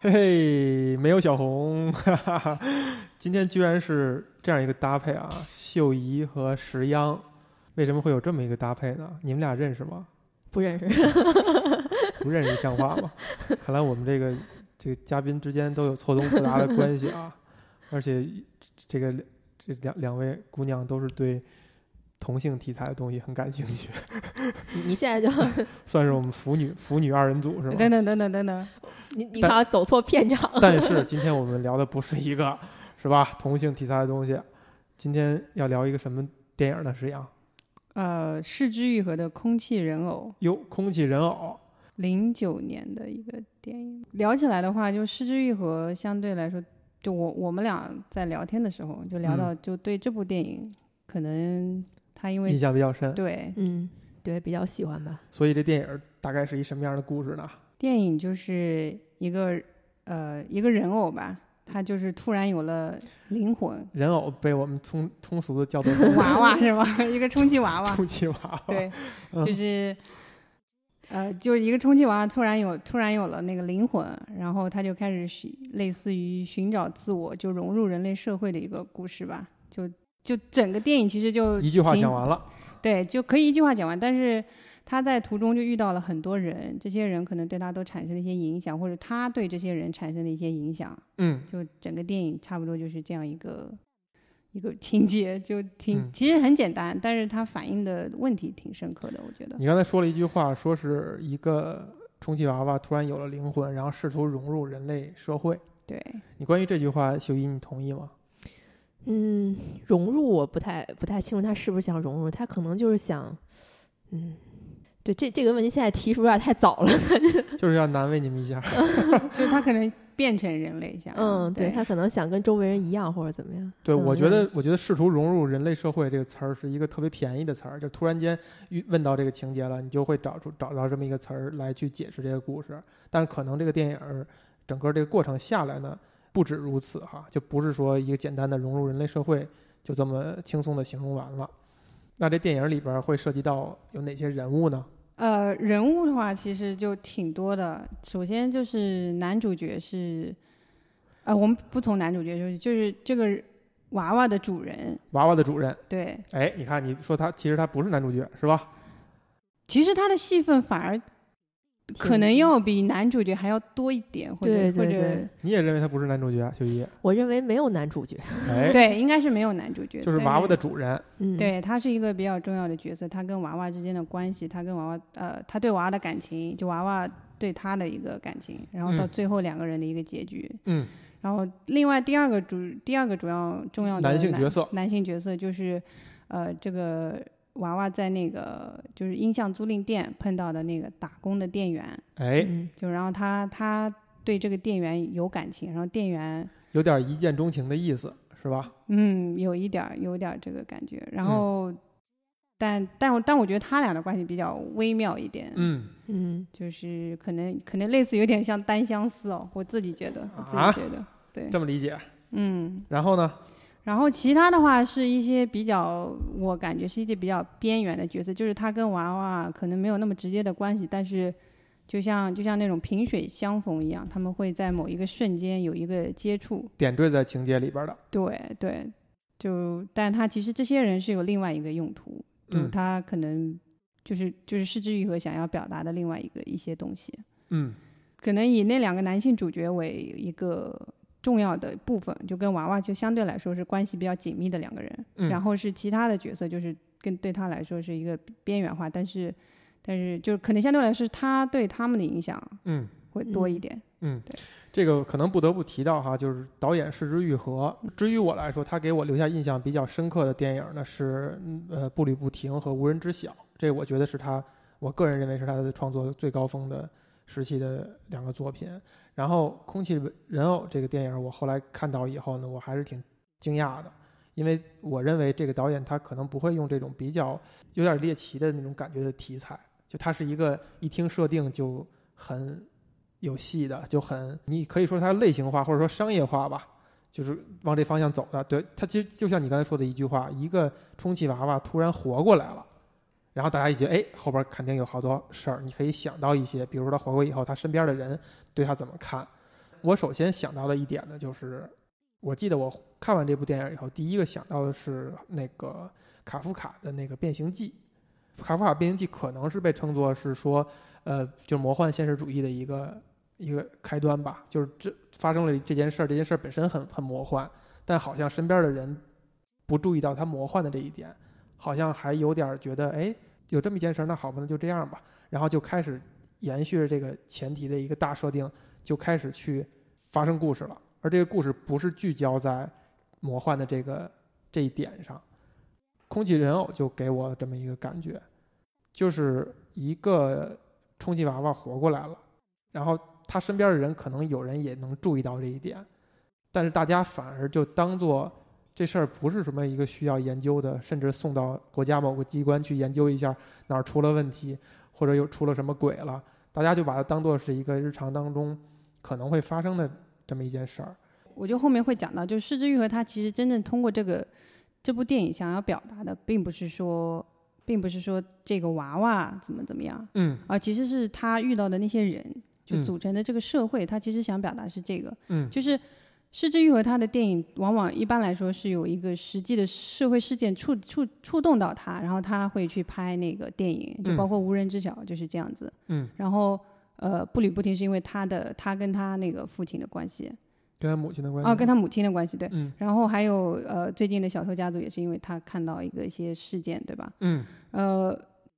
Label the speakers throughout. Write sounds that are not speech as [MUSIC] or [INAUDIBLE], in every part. Speaker 1: 嘿嘿，没有小红，哈哈哈。今天居然是这样一个搭配啊，秀姨和石央，为什么会有这么一个搭配呢？你们俩认识吗？
Speaker 2: 不认识。 [LAUGHS]
Speaker 1: 不认识像话吗？ [LAUGHS] 看来我们这个这个嘉宾之间都有错综复杂的关系啊，而且这个这两两位姑娘都是对同性题材的东西很感兴趣， [LAUGHS]
Speaker 2: 你你现在就
Speaker 1: 算是我们腐女腐女二人组是吗？
Speaker 3: 等等等等等等，
Speaker 2: 你你
Speaker 1: 但
Speaker 2: 好像走错片场
Speaker 3: [LAUGHS]
Speaker 2: 了。
Speaker 1: 但是今天我们聊的不是一个，是吧？同性题材的东西。今天要聊一个什么电影呢？石阳，
Speaker 3: 呃，市之愈合的《空气人偶》，
Speaker 1: 哟，空气人偶，
Speaker 3: 零九年的一个电影。聊起来的话，就市之愈合相对来说，就我我们俩在聊天的时候，就聊
Speaker 1: 嗯
Speaker 3: 到就对这部电影，可能他因
Speaker 1: 印
Speaker 3: 为
Speaker 1: 象比较深。
Speaker 3: 对
Speaker 2: [LAUGHS] 嗯，对，比较喜欢吧。
Speaker 1: 所以这电影大概是一什么样的故事呢？
Speaker 3: 电影就是一个呃一个人偶吧，他就是突然有了灵魂，
Speaker 1: 人偶被我们通通俗的叫做
Speaker 3: [LAUGHS] 娃娃是吧？ [LAUGHS] 一个充气娃娃，
Speaker 1: 充气娃娃。
Speaker 3: [LAUGHS] 对，
Speaker 1: [LAUGHS] 嗯
Speaker 3: 就是，呃，就是一个充气娃娃突然有突然有了那个灵魂，然后他就开始寻类似于寻找自我，就融入人类社会的一个故事吧。就就整个电影其实就
Speaker 1: 一句话
Speaker 3: 仅
Speaker 1: 讲完了。
Speaker 3: 对，就可以一句话讲完。但是他在途中就遇到了很多人，这些人可能对他都产生了一些影响，或者他对这些人产生了一些影响。
Speaker 1: 嗯，
Speaker 3: 就整个电影差不多就是这样一个一个情节，就挺、
Speaker 1: 嗯
Speaker 3: 其实很简单，但是它反映的问题挺深刻的，我觉得。
Speaker 1: 你刚才说了一句话，说是一个充气娃娃突然有了灵魂，然后试图融入人类社会。
Speaker 3: 对，
Speaker 1: 你关于这句话，秀一，你同意吗？
Speaker 2: 嗯，融入我不太不太清楚他是不是想融入，他可能就是想，嗯，对这这个问题现在提出有点太早了。
Speaker 1: 就是要难为你们一下。
Speaker 3: 就是他可能变成人类想，
Speaker 2: 嗯，对
Speaker 3: 对，
Speaker 2: 他可能想跟周围人一样或者怎么样。
Speaker 1: 对，
Speaker 2: 嗯
Speaker 1: 我觉得，我觉得试图融入人类社会这个词儿是一个特别便宜的词儿，就突然间遇问到这个情节了，你就会找出找到这么一个词儿来去解释这个故事。但是可能这个电影儿整个这个过程下来呢，不止如此哈，就不是说一个简单的融入人类社会就这么轻松的形容完了。那这电影里边儿会涉及到有哪些人物呢？
Speaker 3: 呃，人物的话其实就挺多的。首先就是男主角是，呃，我们不从男主角说起，就是这个娃娃的主人，
Speaker 1: 娃娃的主人，
Speaker 3: 对，
Speaker 1: 哎，你看你说他其实他不是男主角是吧？
Speaker 3: 其实他的戏份反而可
Speaker 2: 嗯
Speaker 3: 能要比男主角还要多一点，或者
Speaker 2: 对对
Speaker 3: 或者
Speaker 2: 对，
Speaker 1: 你也认为他不是男主角，秀一？
Speaker 2: 我认为没有男主角。
Speaker 1: 哎，
Speaker 3: 对，应该是没有男主角，
Speaker 1: 就是
Speaker 3: 但
Speaker 1: 娃娃的主人。
Speaker 2: 嗯，，
Speaker 3: 对，他是一个比较重要的角色，他跟娃娃之间的关系，他跟娃娃呃，他对娃娃的感情，就娃娃对他的一个感情，然后到
Speaker 1: 嗯
Speaker 3: 最后两个人的一个结局。
Speaker 1: 嗯，
Speaker 3: 然后另外第二个主第二个主要重
Speaker 2: 哦
Speaker 3: 要的
Speaker 1: 男性角色
Speaker 3: 男性角色就是呃这个娃娃在那个就是音像租赁店碰到的那个打工的店员，
Speaker 1: 哎，
Speaker 2: 嗯，
Speaker 3: 就然后他他对这个店员有感情，然后店员
Speaker 1: 有点一见钟情的意思，是吧？
Speaker 3: 嗯，有一点儿，有一点儿这个感觉。
Speaker 1: 嗯
Speaker 3: 然后，但但我但我觉得他俩的关系比较微妙一点，，
Speaker 1: 嗯，
Speaker 2: 嗯，
Speaker 3: 就是可能可能类似有点像单相思哦，我自己觉得，我自
Speaker 1: 啊
Speaker 3: 己觉得，对，
Speaker 1: 这么理解。
Speaker 3: 嗯。
Speaker 1: 然后呢？
Speaker 3: 然后其他的话是一些比较，我感觉是一些比较边缘的角色，就是他跟娃娃可能没有那么直接的关系，但是就像就像那种萍水相逢一样，他们会在某一个瞬间有一个接触，
Speaker 1: 点缀在情节里边的，
Speaker 3: 对对，就但他其实这些人是有另外一个用途，就
Speaker 1: 嗯
Speaker 3: 他可能就是就是失之愈合想要表达的另外一个一些东西，
Speaker 1: 嗯，
Speaker 3: 可能以那两个男性主角为一个重要的部分，就跟娃娃就相对来说是关系比较紧密的两个人，
Speaker 1: 嗯
Speaker 3: 然后是其他的角色就是跟对他来说是一个边缘化，但是但是就是可能相对来说他对他们的影响
Speaker 1: 嗯，
Speaker 3: 会多一
Speaker 2: 嗯
Speaker 3: 点，
Speaker 1: 这个可能不得不提到哈，就是导演是之愈合。至于我来说，他给我留下印象比较深刻的电影呢是嗯呃《步履不停》和《无人知晓》，这我觉得是他，我个人认为是他的创作最高峰的时期的两个作品。然后《空气人偶》这个电影，我后来看到以后呢，我还是挺惊讶的。因为我认为这个导演他可能不会用这种比较有点猎奇的那种感觉的题材，就它是一个一听设定就很有戏的，就很你可以说它类型化或者说商业化吧，就是往这方向走的。对，它其实就像你刚才说的一句话，一个充气娃娃突然活过来了。然后大家一觉得，哎，后边肯定有好多事儿，你可以想到一些，比如说他活过以后，他身边的人对他怎么看。我首先想到的一点呢，就是我记得我看完这部电影以后，第一个想到的是那个卡夫卡的那个《变形记》。卡夫卡《变形记》可能是被称作是说，呃，就是魔幻现实主义的一个一个开端吧。就是这发生了这件事儿，这件事儿本身很很魔幻，但好像身边的人不注意到它魔幻的这一点，好像还有点儿觉得，哎，有这么一件事儿，那好吧，那就这样吧。然后就开始延续着这个前提的一个大设定，就开始去发生故事了。而这个故事不是聚焦在魔幻的这个这一点上，《空气人偶》就给我这么一个感觉，就是一个充气娃娃活过来了，然后他身边的人可能有人也能注意到这一点，但是大家反而就当做这事儿不是什么一个需要研究的，甚至送到国家某个机关去研究一下哪儿出了问题，或者又出了什么鬼了，大家就把它当做是一个日常当中可能会发生的这么一件事儿。
Speaker 3: 我就后面会讲到，就是失之愈合，它其实真正通过这个这部电影想要表达的，并不是说，并不是说这个娃娃怎么怎么样，
Speaker 1: 嗯
Speaker 3: 而其实是他遇到的那些人就
Speaker 1: 嗯
Speaker 3: 组成的这个社会，他其实想表达是这个，
Speaker 1: 嗯
Speaker 3: 就是失之愈合他的电影，往往一般来说是有一个实际的社会事件触触触动到他，然后他会去拍那个电影，就
Speaker 1: 嗯
Speaker 3: 包括无人知晓就是这样子，
Speaker 1: 嗯，
Speaker 3: 然后。呃，步履不停是因为他的他跟他那个父亲的关系，
Speaker 1: 啊跟他母亲的关系
Speaker 3: 哦，跟他母亲的关系，对，
Speaker 1: 嗯
Speaker 3: 然后还有呃，最近的《小偷家族》也是因为他看到一个一些事件，对吧？
Speaker 1: 嗯，
Speaker 3: 呃，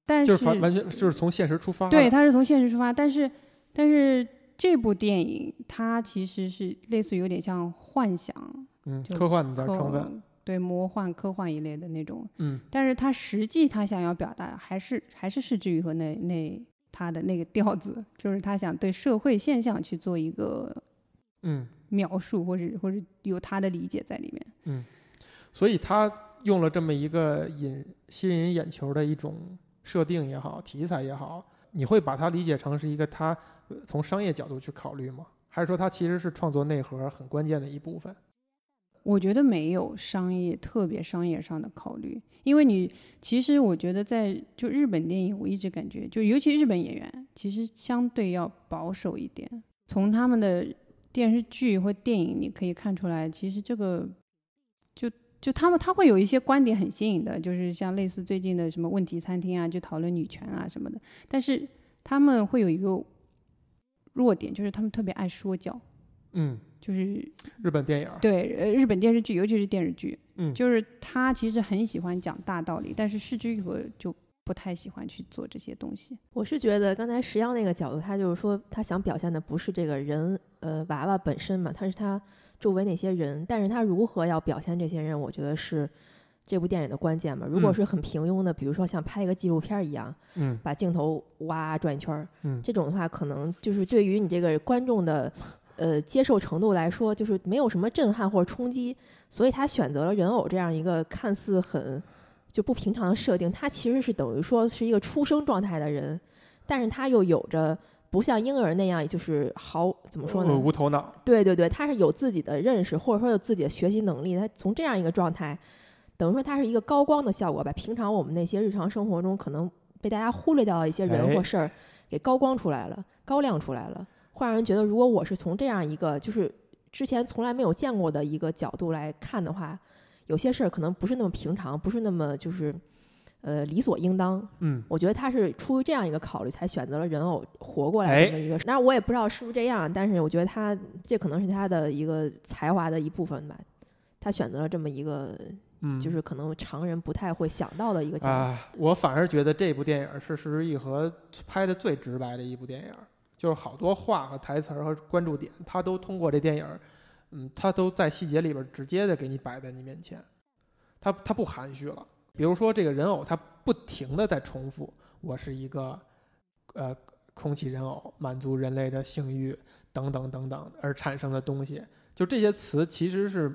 Speaker 3: 但
Speaker 1: 就是是反完全就是从现实出发的。
Speaker 3: 对，他是从现实出发，但是但是这部电影它其实是类似于有点像幻想
Speaker 1: 嗯，
Speaker 3: 就
Speaker 1: 科幻的
Speaker 3: 科
Speaker 1: 成分。
Speaker 3: 对魔幻、科幻一类的那种，
Speaker 1: 嗯
Speaker 3: 但是他实际他想要表达还是还是是至于和那那他的那个调子，就是他想对社会现象去做一个
Speaker 1: 嗯，
Speaker 3: 描述，或者或者有他的理解在里面。
Speaker 1: 所以他用了这么一个引吸引人眼球的一种设定也好，题材也好，你会把它理解成是一个他呃从商业角度去考虑吗？还是说它其实是创作内核很关键的一部分？
Speaker 3: 我觉得没有商业特别商业上的考虑，因为你其实我觉得在就日本电影，我一直感觉就尤其日本演员，其实相对要保守一点。从他们的电视剧或电影，你可以看出来，其实这个就就他们他会有一些观点很新颖的，就是像类似最近的什么问题餐厅啊，就讨论女权啊什么的，但是他们会有一个弱点，就是他们特别爱说教，
Speaker 1: 嗯，
Speaker 3: 就是
Speaker 1: 日本电影儿。
Speaker 3: 对，呃，日本电视剧，尤其是电视剧，
Speaker 1: 嗯
Speaker 3: 就是他其实很喜欢讲大道理，但是市之愈合就不太喜欢去做这些东西。
Speaker 2: 我是觉得刚才石央那个角度，他就是说他想表现的不是这个人，呃，娃娃本身嘛，他是他周围那些人，但是他如何要表现这些人，我觉得是这部电影的关键嘛。如果
Speaker 1: 嗯
Speaker 2: 是很平庸的，比如说像拍一个纪录片儿一样，
Speaker 1: 嗯
Speaker 2: 把镜头哇转一圈儿，
Speaker 1: 嗯
Speaker 2: 这种的话，可能就是对于你这个观众的呃接受程度来说，就是没有什么震撼或者冲击，所以他选择了人偶这样一个看似很就不平常的设定，他其实是等于说是一个出生状态的人，但是他又有着。不像婴儿那样，就是毫怎么说呢？
Speaker 1: 呃无头脑。
Speaker 2: 对对对，他是有自己的认识，或者说有自己的学习能力。他从这样一个状态，等于说他是一个高光的效果，把平常我们那些日常生活中可能被大家忽略掉的一些人
Speaker 1: 哎
Speaker 2: 或事儿，给高光出来了，高亮出来了，会让人觉得，如果我是从这样一个就是之前从来没有见过的一个角度来看的话，有些事儿可能不是那么平常，不是那么就是呃理所应当，
Speaker 1: 嗯
Speaker 2: 我觉得他是出于这样一个考虑，才选择了人偶活过来
Speaker 1: 哎
Speaker 2: 这么一个。当然，我也不知道是不是这样，但是我觉得他这可能是他的一个才华的一部分吧。他选择了这么一个，
Speaker 1: 嗯，
Speaker 2: 就是可能常人不太会想到的一个角度。
Speaker 1: 啊，我反而觉得这部电影是石之愈合拍的最直白的一部电影，就是好多话和台词儿和关注点，他都通过这电影儿，嗯，他都在细节里边儿直接的给你摆在你面前，他他不含蓄了。比如说这个人偶，他不停的在重复“我是一个呃空气人偶，满足人类的性欲等等等等”而产生的东西，就这些词其实是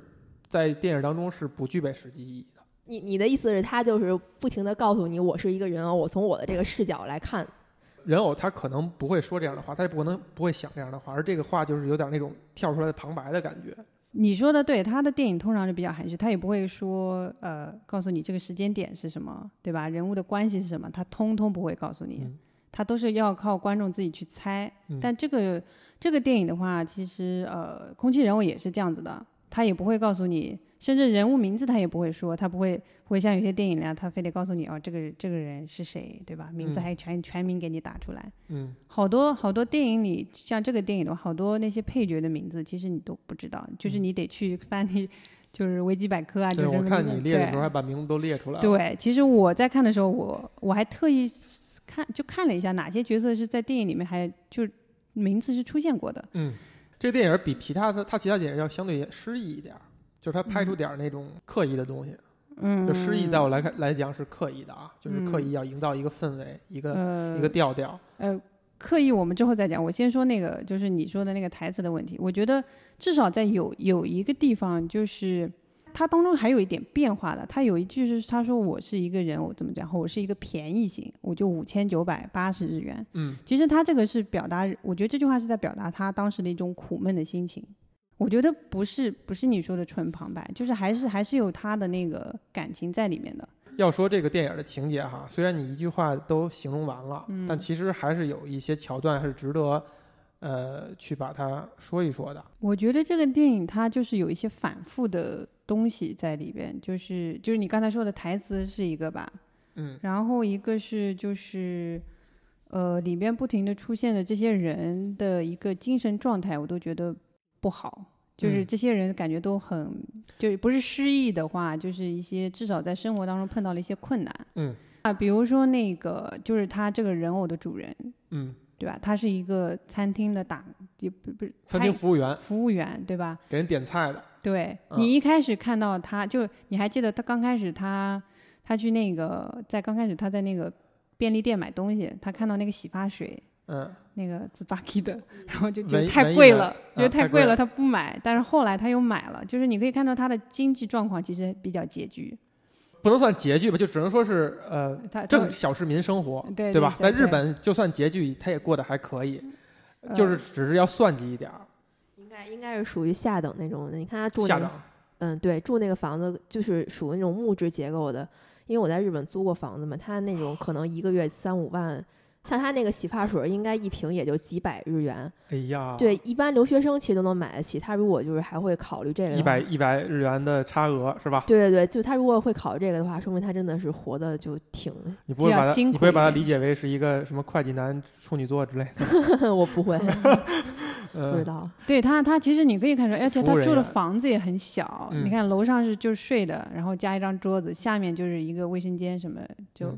Speaker 1: 在电影当中是不具备实际意义的。
Speaker 2: 你你的意思是，他就是不停的告诉你，我是一个人偶，我从我的这个视角来看，
Speaker 1: 人偶他可能不会说这样的话，他也不可能不会想这样的话，而这个话就是有点那种跳出来的旁白的感觉。
Speaker 3: 你说的对，他的电影通常是比较含蓄，他也不会说呃告诉你这个时间点是什么，对吧？人物的关系是什么，他通通不会告诉你，
Speaker 1: 嗯
Speaker 3: 他都是要靠观众自己去猜。
Speaker 1: 嗯
Speaker 3: 但这个这个电影的话，其实呃，空气人物也是这样子的，他也不会告诉你，甚至人物名字他也不会说，他不会不会像有些电影那样，他非得告诉你哦，这个这个人是谁，对吧？名字
Speaker 1: 嗯
Speaker 3: 还全、全名给你打出来。
Speaker 1: 嗯，
Speaker 3: 好多好多电影里，像这个电影的话，好多那些配角的名字其实你都不知道，就是你得去翻你就是维基百科啊，
Speaker 1: 嗯
Speaker 3: 就
Speaker 1: 对，
Speaker 3: 是
Speaker 1: 我看你列的
Speaker 3: 对
Speaker 1: 时候还把名字都列出来了。
Speaker 3: 对，其实我在看的时候，我我还特意看就看了一下哪些角色是在电影里面还就名字是出现过的。
Speaker 1: 嗯，这电影比其他的他其他电影要相对诗意一点儿，就是他拍出点儿那种刻意的东西。
Speaker 3: 嗯，
Speaker 1: 就诗意在我来看来讲是刻意的啊，就是刻
Speaker 3: 嗯
Speaker 1: 意要营造一个氛围，一个、
Speaker 3: 呃
Speaker 1: 一个调调。
Speaker 3: 呃刻意，我们之后再讲。我先说那个就是你说的那个台词的问题，我觉得至少在有有一个地方就是。它当中还有一点变化了，他有一句是他说我是一个人，我怎么讲？我是一个便宜型，我就五千九百八十日元。
Speaker 1: 嗯
Speaker 3: 其实他这个是表达，我觉得这句话是在表达他当时的一种苦闷的心情。我觉得不是不是你说的纯旁白，就是还是还是有他的那个感情在里面的。
Speaker 1: 要说这个电影的情节哈，虽然你一句话都形容完了，
Speaker 3: 嗯
Speaker 1: 但其实还是有一些桥段还是值得，呃，去把它说一说的。
Speaker 3: 我觉得这个电影它就是有一些反复的东西在里边，就是就是你刚才说的台词是一个吧，
Speaker 1: 嗯
Speaker 3: 然后一个是就是，呃，里边不停的出现的这些人的一个精神状态，我都觉得不好。就是
Speaker 1: 嗯
Speaker 3: 这些人感觉都很，就是不是失意的话，就是一些至少在生活当中碰到了一些困难
Speaker 1: 嗯
Speaker 3: 啊，比如说那个就是他这个人偶的主人，
Speaker 1: 嗯，
Speaker 3: 对吧？他是一个餐厅的打，也不不是
Speaker 1: 餐厅
Speaker 3: 菜
Speaker 1: 服务员
Speaker 3: 服务员，对吧？
Speaker 1: 给人点菜的，
Speaker 3: 对
Speaker 1: 嗯
Speaker 3: 你一开始看到他，就你还记得他刚开始他他去那个在刚开始他在那个便利店买东西，他看到那个洗发水
Speaker 1: 嗯，
Speaker 3: 那个 z b a k i 的，然后就觉
Speaker 1: 文
Speaker 3: 得
Speaker 1: 艺
Speaker 3: 太
Speaker 1: 文艺
Speaker 3: 贵
Speaker 1: 的
Speaker 3: 了，
Speaker 1: 啊
Speaker 3: 觉得
Speaker 1: 太
Speaker 3: 太
Speaker 1: 贵
Speaker 3: 贵
Speaker 1: 了
Speaker 3: 了，他不买。但是后来他又买了，就是你可以看到他的经济状况其实比较拮据，
Speaker 1: 不能算拮据吧，就只能说是呃
Speaker 3: 他
Speaker 1: 正小市民生活，
Speaker 3: 对
Speaker 1: 吧？
Speaker 3: 对
Speaker 1: 在日
Speaker 3: 对嗯
Speaker 1: 本就算拮据，他也过得还可以，
Speaker 3: 呃
Speaker 1: 就是只是要算计一点儿，
Speaker 2: 应该应该是属于下等那种的。你看他住
Speaker 1: 下
Speaker 2: 那
Speaker 1: 档
Speaker 2: 个，。嗯，对，住那个房子就是属于那种木质结构的。因为我在日本租过房子嘛，他那种可能一个月三五万，像他那个洗发水应该一瓶也就几百日元。
Speaker 1: 哎呀，
Speaker 2: 对，，一般留学生其实都能买得起。他如果就是还会考虑这个的话，
Speaker 1: 一百一百日元的差额是吧？
Speaker 2: 对对对，就他如果会考虑这个的话，说明他真的是活的就挺…… [LAUGHS]
Speaker 1: 你不会把
Speaker 3: 只
Speaker 1: 它，
Speaker 3: 要辛
Speaker 1: 你
Speaker 3: 苦
Speaker 1: 不会把它
Speaker 3: 一
Speaker 1: 理解
Speaker 3: 点
Speaker 1: 为是一个什么会计男、处女座之类的。
Speaker 2: 我
Speaker 1: [LAUGHS]
Speaker 2: 不会，不知
Speaker 1: 嗯，
Speaker 2: 道。
Speaker 3: 对他，他其实你可以看出，而且
Speaker 1: 服务
Speaker 3: 他
Speaker 1: 人
Speaker 3: 住的
Speaker 1: 员
Speaker 3: 房子也很小。
Speaker 1: 嗯
Speaker 3: 你看楼上是就是睡的，然后加一张桌子，下面就是一个卫生间什么，就、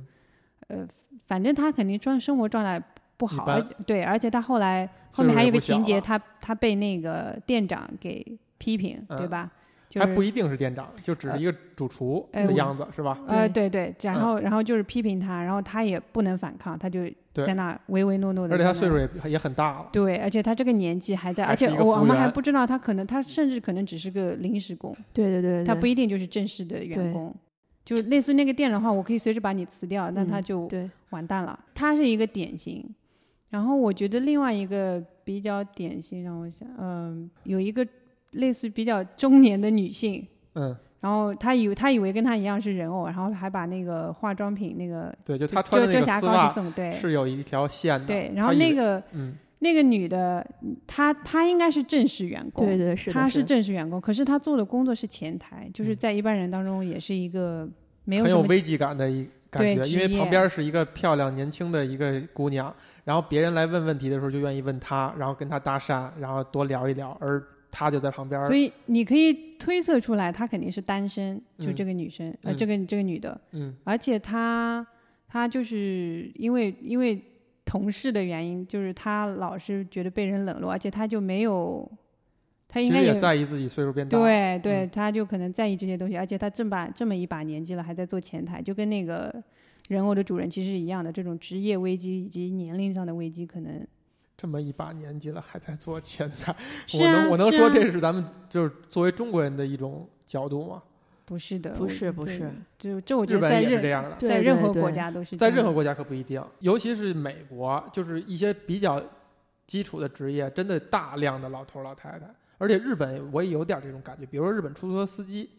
Speaker 1: 嗯
Speaker 3: 呃，反正他肯定状生活状态不好，
Speaker 1: 一般
Speaker 3: 而且对，而且他后来
Speaker 1: 岁
Speaker 3: 后
Speaker 1: 数
Speaker 3: 面还有
Speaker 1: 也
Speaker 3: 一个
Speaker 1: 不小
Speaker 3: 情节，
Speaker 1: 了
Speaker 3: 他他被那个店长给批评，对
Speaker 1: 嗯
Speaker 3: 吧？就
Speaker 1: 还不
Speaker 3: 是
Speaker 1: 一定是店长，就只是一个主厨
Speaker 3: 哎
Speaker 1: 的
Speaker 3: 我
Speaker 1: 样子是吧？
Speaker 3: 呃，
Speaker 2: 对
Speaker 3: 对对，然
Speaker 1: 嗯
Speaker 3: 后然后就是批评他，然后他也不能反抗，他就
Speaker 1: 对
Speaker 3: 在那唯唯诺诺的。
Speaker 1: 而且他岁数也也很大了。
Speaker 3: 对，而且他这个年纪还在，
Speaker 1: 还
Speaker 3: 而且
Speaker 1: 是一个服
Speaker 3: 我
Speaker 1: 务
Speaker 3: 们还
Speaker 1: 员
Speaker 3: 不知道他可能他甚至可能只是个临时工。
Speaker 2: 对对对对，
Speaker 3: 他不一定就是正式的员
Speaker 2: 对
Speaker 3: 工。就类似那个店的话，我可以随时把你辞掉，那
Speaker 2: 嗯
Speaker 3: 他就
Speaker 2: 对，
Speaker 3: 完蛋了。他是一个典型，然后我觉得另外一个比较典型，让我想，嗯、有一个类似比较中年的女性，
Speaker 1: 嗯，
Speaker 3: 然后她以为她以为跟她一样是人偶，然后还把那个化妆品那个
Speaker 1: 对，就他穿
Speaker 3: 遮
Speaker 1: 的那
Speaker 3: 遮
Speaker 1: 个
Speaker 3: 瑕
Speaker 1: 丝
Speaker 3: 膏去
Speaker 1: 袜
Speaker 3: 送，对
Speaker 1: 是有一条线的。
Speaker 3: 对，然后
Speaker 1: 他以为
Speaker 3: 那个
Speaker 1: 嗯，
Speaker 3: 那个女的，她她应该是正式员工，
Speaker 2: 对对是的，
Speaker 3: 他
Speaker 2: 是
Speaker 3: 是正式员工，可是他做的工作是前台，就是在一般人当中也是一个没
Speaker 1: 嗯
Speaker 3: 有
Speaker 1: 很
Speaker 3: 什
Speaker 1: 有
Speaker 3: 么
Speaker 1: 危机感的一感
Speaker 3: 对
Speaker 1: 觉，因为
Speaker 3: 职
Speaker 1: 旁
Speaker 3: 业
Speaker 1: 边是一个漂亮年轻的一个姑娘，然后别人来问问题的时候就愿意问她，然后跟她搭讪，然后多聊一聊，而她就在旁边。
Speaker 3: 所以你可以推测出来，她肯定是单身，就
Speaker 1: 嗯
Speaker 3: 这个女生，呃，
Speaker 1: 嗯
Speaker 3: 这个这个女的，
Speaker 1: 嗯，
Speaker 3: 而且她她就是因为因为同事的原因，就是她老是觉得被人冷落，而且她就没有，她
Speaker 1: 其
Speaker 3: 应
Speaker 1: 实
Speaker 3: 该
Speaker 1: 也在意自己岁数变大。，
Speaker 3: 对对，她就可能在意这些东西，而且她这么把这么一把年纪了，还在做前台，就跟那个人偶的主人其实一样的，这种职业危机以及年龄上的危机，可能
Speaker 1: 这么一把年纪了还在做前台，
Speaker 3: 是
Speaker 1: 我
Speaker 3: 啊，
Speaker 1: 能我能
Speaker 3: 是
Speaker 1: 说
Speaker 3: 啊
Speaker 1: 这是咱们就是作为中国人的一种角度吗？
Speaker 3: 不是的，
Speaker 2: 不
Speaker 3: 我
Speaker 2: 是
Speaker 3: 觉
Speaker 2: 不
Speaker 3: 得
Speaker 2: 是，
Speaker 3: 就这我觉
Speaker 1: 日
Speaker 3: 得
Speaker 1: 本
Speaker 3: 在
Speaker 1: 也是这
Speaker 3: 任
Speaker 1: 样的，
Speaker 2: 对
Speaker 3: 在
Speaker 2: 对
Speaker 3: 任何国
Speaker 2: 对
Speaker 3: 家都是
Speaker 1: 在
Speaker 3: 这
Speaker 1: 任何
Speaker 3: 样
Speaker 1: 国家可不一定，尤其是美国，就是一些比较基础的职业，真的大量的老头老太太。而且日本我也有点这种感觉，比如说日本出租车司机，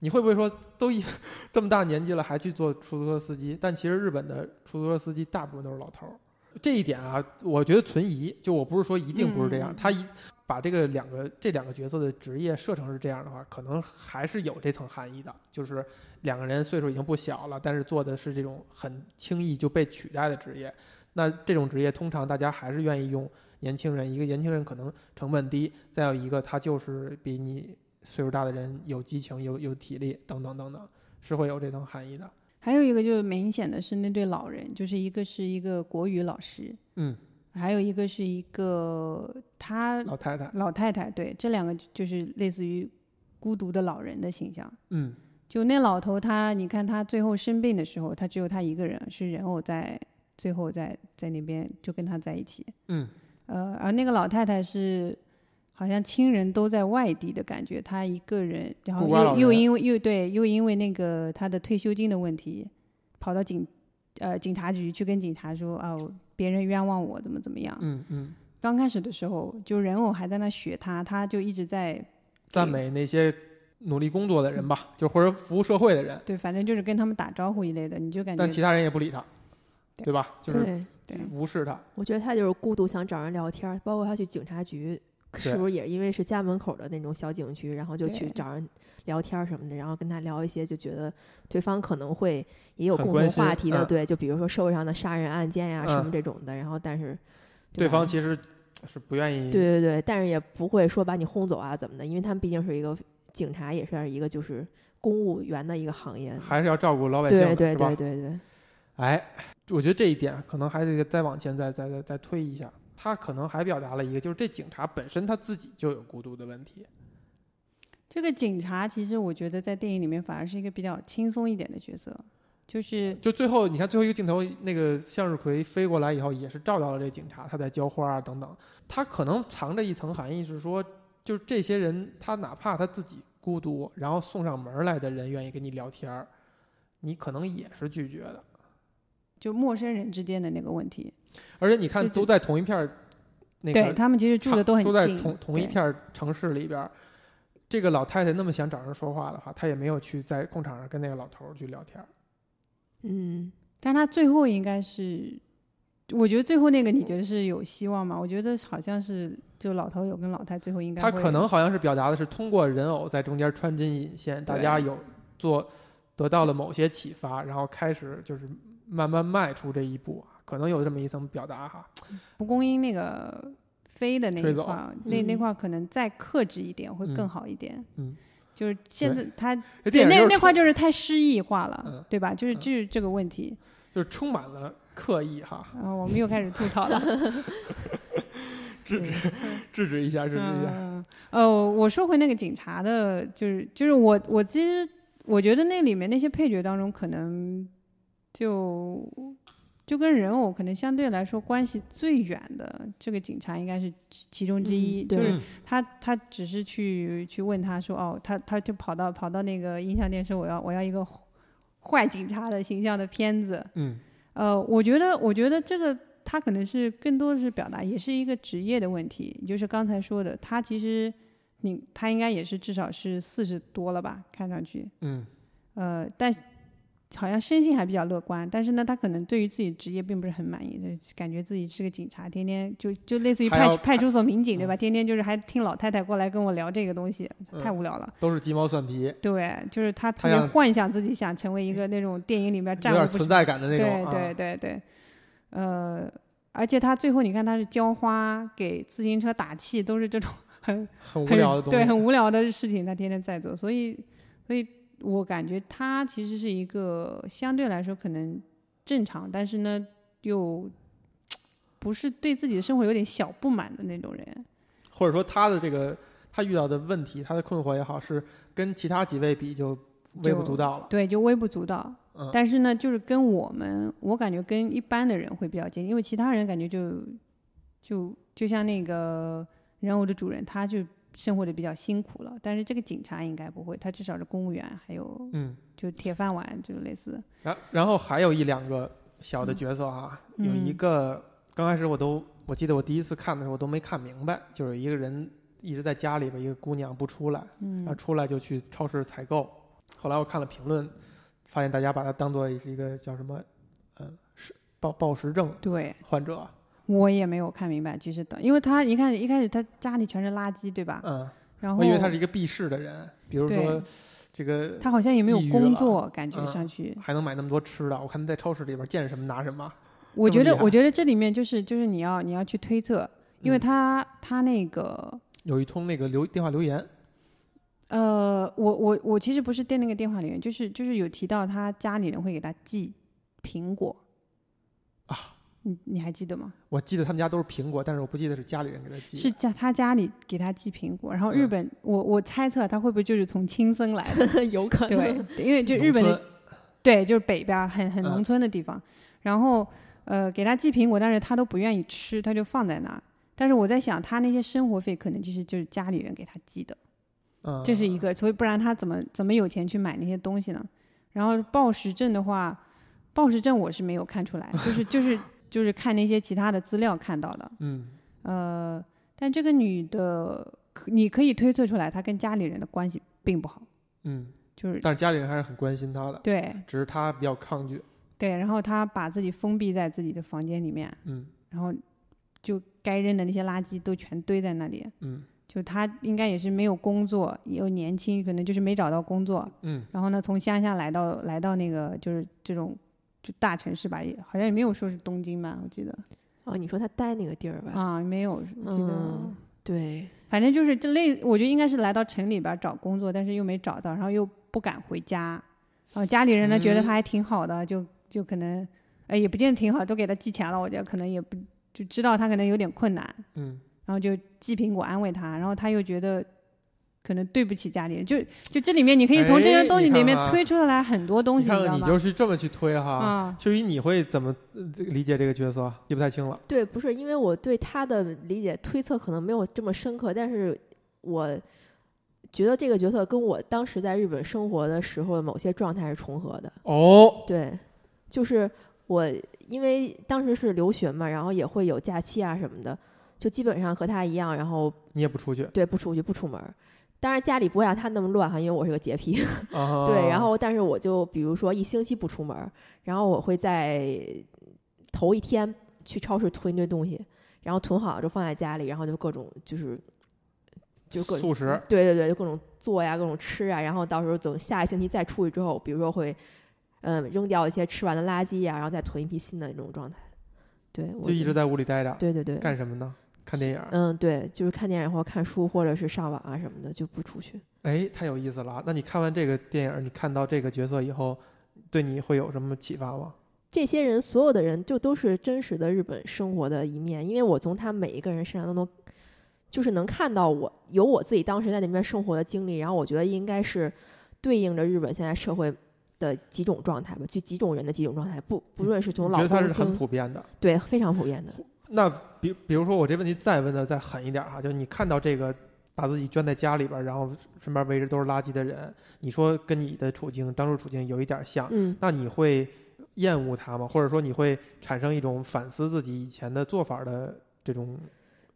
Speaker 1: 你会不会说都一 [LAUGHS] 这么大年纪了还去做出租车司机？但其实日本的出租车司机大部分都是老头儿。这一点啊，我觉得存疑。就我不是说一定不是这样，
Speaker 3: 嗯
Speaker 1: 他一把这个两个这两个角色的职业设成是这样的话，可能还是有这层含义的，就是两个人岁数已经不小了，但是做的是这种很轻易就被取代的职业。那这种职业通常大家还是愿意用年轻人，一个年轻人可能成本低，再有一个他就是比你岁数大的人有激情、有有体力等等等等，是会有这层含义的。
Speaker 3: 还有一个就是明显的是那对老人，就是一个是一个国语老师，
Speaker 1: 嗯，
Speaker 3: 还有一个是一个他
Speaker 1: 老太太，
Speaker 3: 老太太，对，这两个就是类似于孤独的老人的形象。
Speaker 1: 嗯，
Speaker 3: 就那老头他，你看他最后生病的时候，他只有他一个人，是人偶在最后在在那边就跟他在一起。
Speaker 1: 嗯，
Speaker 3: 呃，而那个老太太是好像亲人都在外地的感觉，她一个人，然后
Speaker 1: 孤寡老
Speaker 3: 又又
Speaker 1: 人
Speaker 3: 因为又对又因为那个她的退休金的问题，跑到警呃警察局去跟警察说啊、我别人冤枉我怎么怎么样。
Speaker 1: 嗯嗯，
Speaker 3: 刚开始的时候，就人偶还在那学他，他就一直在
Speaker 1: 赞美那些努力工作的人吧，就或者服务社会的人，
Speaker 3: 对，反正就是跟他们打招呼一类的，你就感
Speaker 1: 但
Speaker 3: 觉
Speaker 1: 其他人也不理他，
Speaker 3: 对
Speaker 1: 对吧？就是
Speaker 2: 对，
Speaker 3: 对
Speaker 1: 无视他。
Speaker 2: 我觉得他就是孤独，想找人聊天儿。包括他去警察局，是
Speaker 1: 对
Speaker 2: 不是也因为是家门口的那种小警局，然后就去
Speaker 3: 对
Speaker 2: 找人聊天儿什么的，然后跟他聊一些就觉得对方可能会也有
Speaker 1: 很
Speaker 2: 共
Speaker 1: 关
Speaker 2: 同话
Speaker 1: 心
Speaker 2: 题的，
Speaker 1: 嗯
Speaker 2: 对，就比如说社会上的杀人案件呀、什么
Speaker 1: 嗯
Speaker 2: 这种的，然后但是
Speaker 1: 对
Speaker 2: 吧
Speaker 1: 方其实是不愿意，
Speaker 2: 对对对，但是也不会说把你轰走啊怎么的，因为他们毕竟是一个警察，也是一个就是公务员的一个行业。
Speaker 1: 还是要照顾老百姓的，
Speaker 2: 对对
Speaker 1: 是吧
Speaker 2: 对对？对，
Speaker 1: 哎，我觉得这一点可能还得再往前再再再再推一下。他可能还表达了一个，就是这警察本身他自己就有孤独的问题。
Speaker 3: 这个警察其实我觉得在电影里面反而是一个比较轻松一点的角色，就是
Speaker 1: 就最后你看最后一个镜头，那个向日葵飞过来以后，也是照到了这警察，他在浇花啊等等。他可能藏着一层含义是说，就是这些人他哪怕他自己孤独，然后送上门来的人愿意跟你聊天儿，你可能也是拒绝的。
Speaker 3: 就陌生人之间的那个问题。
Speaker 1: 而且你看
Speaker 3: 是这
Speaker 1: 都在同一片儿，那
Speaker 3: 对
Speaker 1: 个
Speaker 3: 他们其实住的都很
Speaker 1: 都在
Speaker 3: 近，
Speaker 1: 同同一
Speaker 3: 对
Speaker 1: 片儿城市里边儿。这个老太太那么想找人说话的话，她也没有去在空场上跟那个老头儿去聊天儿。 [LAUGHS]
Speaker 2: 嗯，
Speaker 3: 但他最后应该是，我觉得最后那个你觉得是有希望吗？我觉得好像是就老头有跟老太最后应该
Speaker 1: 她
Speaker 3: 会
Speaker 1: 可能好像是表达的是通过人偶在中间穿针引线，大
Speaker 3: 对
Speaker 1: 家有做得到了某些启发，然后开始就是慢慢迈出这一步，啊可能有这么一层表达哈。
Speaker 3: 蒲公英那个飞的那
Speaker 1: 吹
Speaker 3: 一
Speaker 1: 走
Speaker 3: 块儿，那那
Speaker 2: 嗯
Speaker 3: 块儿可能再克制一点会
Speaker 1: 嗯
Speaker 3: 更好一点。
Speaker 1: 嗯
Speaker 3: 就是现在
Speaker 1: 对
Speaker 3: 他
Speaker 1: 这
Speaker 3: 对
Speaker 1: 电影
Speaker 3: 那
Speaker 1: 就是
Speaker 3: 那
Speaker 1: 充
Speaker 3: 块就是太诗意化了，
Speaker 1: 嗯
Speaker 3: 对吧？就是
Speaker 1: 嗯
Speaker 3: 就是这个问题。
Speaker 1: 就是充满了刻意哈，
Speaker 3: 然后我们又开始吐
Speaker 1: [LAUGHS]
Speaker 3: 槽了。
Speaker 1: 制止制止一下，制止一下。
Speaker 3: 嗯，呃，我说回那个警察的，就是就是我我其实我觉得那里面那些配角当中，可能就就跟人偶可能相对来说关系最远的这个警察应该是其其中之一，
Speaker 2: 嗯
Speaker 3: 就
Speaker 2: 对
Speaker 3: 是
Speaker 1: 嗯
Speaker 3: 他他只是去去问他说哦，他他就跑到跑到那个音像店说我要我要一个坏警察的形象的片子，
Speaker 1: 嗯，
Speaker 3: 呃，我觉得，我觉得这个他可能是更多的是表达，也是一个职业的问题，就是刚才说的，他其实你他应该也是至少是四十多了吧，看上去，
Speaker 1: 嗯，
Speaker 3: 呃，但好像生性还比较乐观，但是呢，他可能对于自己职业并不是很满意，就感觉自己是个警察，天天就就类似于
Speaker 1: 还
Speaker 3: 派
Speaker 1: 要
Speaker 3: 出派出所民警对
Speaker 1: 嗯
Speaker 3: 吧？天天就是还听老太太过来跟我聊这个东西，太
Speaker 1: 嗯
Speaker 3: 无聊了。
Speaker 1: 都是鸡毛蒜皮，
Speaker 3: 对，就是他
Speaker 1: 他
Speaker 3: 特别
Speaker 1: 想
Speaker 3: 幻想自己想成为一个那种电影里
Speaker 1: 嗯
Speaker 3: 面
Speaker 1: 有
Speaker 3: 战无
Speaker 1: 点
Speaker 3: 不胜
Speaker 1: 存在感的那种。
Speaker 3: 对
Speaker 1: 啊
Speaker 3: 对对对，呃，而且他最后你看他是浇花、给自行车打气，都是这种很
Speaker 1: 很无
Speaker 3: 很
Speaker 1: 聊的东西。
Speaker 3: 对很无聊的事情，他天天在做，所以所以我感觉他其实是一个相对来说可能正常，但是呢又不是对自己的生活有点小不满的那种人。
Speaker 1: 或者说他的这个他遇到的问题，他的困惑也好，是跟其他几位比就微不足道了。
Speaker 3: 对，就微不足道。
Speaker 1: 嗯
Speaker 3: 但是呢，就是跟我们，我感觉跟一般的人会比较接近，因为其他人感觉就就就像那个人偶的主人，他就生活的比较辛苦了。但是这个警察应该不会，他至少是公务员，还有
Speaker 1: 嗯，
Speaker 3: 就铁饭碗，就类似。
Speaker 1: 然然后还有一两个小的角色啊，
Speaker 3: 嗯
Speaker 1: 有一个刚开始我都我记得我第一次看的时候我都没看明白，就是有一个人一直在家里边，一个姑娘不出来，然后
Speaker 3: 嗯
Speaker 1: 出来就去超市采购。后来我看了评论，发现大家把它当做是一个叫什么，呃，是暴暴食症
Speaker 3: 对
Speaker 1: 患者，
Speaker 3: 我也没有看明白，其实的，因为他一开始一开始他家里全是垃圾，对吧？
Speaker 1: 嗯，
Speaker 3: 然后
Speaker 1: 我以为他是一个避世的人，比如说
Speaker 3: 哦对
Speaker 1: 这个
Speaker 3: 他好像也没有
Speaker 1: 抑郁
Speaker 3: 工
Speaker 1: 了
Speaker 3: 作，感觉
Speaker 1: 嗯
Speaker 3: 上去。
Speaker 1: 还能买那么多吃的，我看他在超市里边见什么拿什么，
Speaker 3: 我
Speaker 1: 这么厉
Speaker 3: 觉得，
Speaker 1: 害
Speaker 3: 我觉得这里面就是就是你要你要去推测，因为
Speaker 1: 嗯
Speaker 3: 他、他那个
Speaker 1: 有一通那个留电话留言，
Speaker 3: 呃，我我我其实不是对那个电话里面，就是就是有提到他家里人会给他寄苹果
Speaker 1: 啊，
Speaker 3: 你你还记得吗？
Speaker 1: 我记得他们家都是苹果，但是我不记得是家里人给他寄的。
Speaker 3: 是家他家里给他寄苹果，然后日
Speaker 1: 嗯
Speaker 3: 本，我我猜测他会不会就是从青森来的？
Speaker 2: [LAUGHS] 有可
Speaker 3: 对
Speaker 2: 能。，
Speaker 1: [LAUGHS]
Speaker 3: 对因为就
Speaker 1: 农
Speaker 3: 日本的
Speaker 1: 村
Speaker 3: 对，就是北边儿很很
Speaker 1: 嗯
Speaker 3: 农村的地方，然后呃给他寄苹果，但是他都不愿意吃，他就放在那儿。但是我在想，他那些生活费可能就是就是家里人给他寄的，
Speaker 1: 嗯，
Speaker 3: 这是一个，所以不然他怎么怎么有钱去买那些东西呢？然后暴食症的话，暴食症我是没有看出来，就是就是就是看那些其他的资料看到的，
Speaker 1: 嗯，
Speaker 3: 呃，但这个女的，可你可以推测出来，她跟家里人的关系并不好，
Speaker 1: 嗯，
Speaker 3: 就是
Speaker 1: 但是家里人还是很关心他的，
Speaker 3: 对
Speaker 1: 只是他比较抗拒。
Speaker 3: 对，然后她把自己封闭在自己的房间里面，
Speaker 1: 嗯
Speaker 3: 然后就该扔的那些垃圾都全堆在那里。
Speaker 1: 嗯
Speaker 3: 就她应该也是没有工作，又年轻，可能就是没找到工作。
Speaker 1: 嗯
Speaker 3: 然后呢，从乡下来到来到那个就是这种就大城市吧，也好像也没有说是东京吧，我记得
Speaker 2: 哦，你说他待那个地儿吧？
Speaker 3: 啊，没有我记得。
Speaker 2: 嗯对，
Speaker 3: 反正就是这类，我觉得应该是来到城里边儿找工作，但是又没找到，然后又不敢回家，然后家里人呢觉得
Speaker 1: 嗯
Speaker 3: 他还挺好的，就就可能，呃，也不见得挺好，都给他寄钱了，我觉得可能也不就知道他可能有点困难，
Speaker 1: 嗯，
Speaker 3: 然后就寄苹果安慰他，然后他又觉得可能对不起家里人，就就这里面你可以从这
Speaker 1: 哎
Speaker 3: 些东西
Speaker 1: 你看
Speaker 3: 里面
Speaker 1: 看
Speaker 3: 推出来很多东
Speaker 1: 你
Speaker 3: 西，
Speaker 1: 看
Speaker 3: 知道
Speaker 1: 看你
Speaker 3: 吗
Speaker 1: 就？是这么去推哈。
Speaker 3: 啊，
Speaker 1: 秀一，你会怎么呃这个理解这个角色？记不太清了。
Speaker 2: 对，不是因为我对他的理解推测可能没有这么深刻，但是我觉得这个角色跟我当时在日本生活的时候的某些状态是重合的。
Speaker 1: 哦，
Speaker 2: 对，就是我因为当时是留学嘛，然后也会有假期啊什么的，就基本上和他一样，然后
Speaker 1: 你也不出去啊
Speaker 2: 对不出去不出门儿。当然家里不会让他那么乱哈，因为我是个洁癖。
Speaker 1: 哈？
Speaker 2: 对，然后但是我就比如说一星期不出门儿，然后我会在头一天去超市囤一堆东西，然后囤好就放在家里，然后就各种就是就各种
Speaker 1: 素食，
Speaker 2: 对对对，就各种做呀，各种吃啊，然后到时候等下一星期再出去之后，比如说会嗯扔掉一些吃完的垃圾呀、然后再囤一批新的那种状态。对，我
Speaker 1: 就一直在屋里待着，
Speaker 2: 对对对，
Speaker 1: 干什么呢？看电影儿。
Speaker 2: 嗯对，就是看电影或者看书或者是上网啊什么的，就不出去。
Speaker 1: 哎，太有意思了啊。那你看完这个电影儿，你看到这个角色以后，对你会有什么启发吗？
Speaker 2: 这些人所有的人就都是真实的日本生活的一面，因为我从他每一个人身上都能，就是能看到我有我自己当时在那边生活的经历，然后我觉得应该是对应着日本现在社会的几种状态吧，就几种人的几种状态，不不论是从
Speaker 1: 嗯你觉
Speaker 2: 老
Speaker 1: 得它
Speaker 2: 中
Speaker 1: 是很
Speaker 2: 青，
Speaker 1: 普遍的。
Speaker 2: 对，非常普遍的。
Speaker 1: 那比比如说我这问题再问的再狠一点哈、就你看到这个把自己圈在家里边儿，然后身边围着都是垃圾的人，你说跟你的处境当初处境有一点像，
Speaker 2: 嗯，
Speaker 1: 那你会厌恶他吗？或者说你会产生一种反思自己以前的做法的这种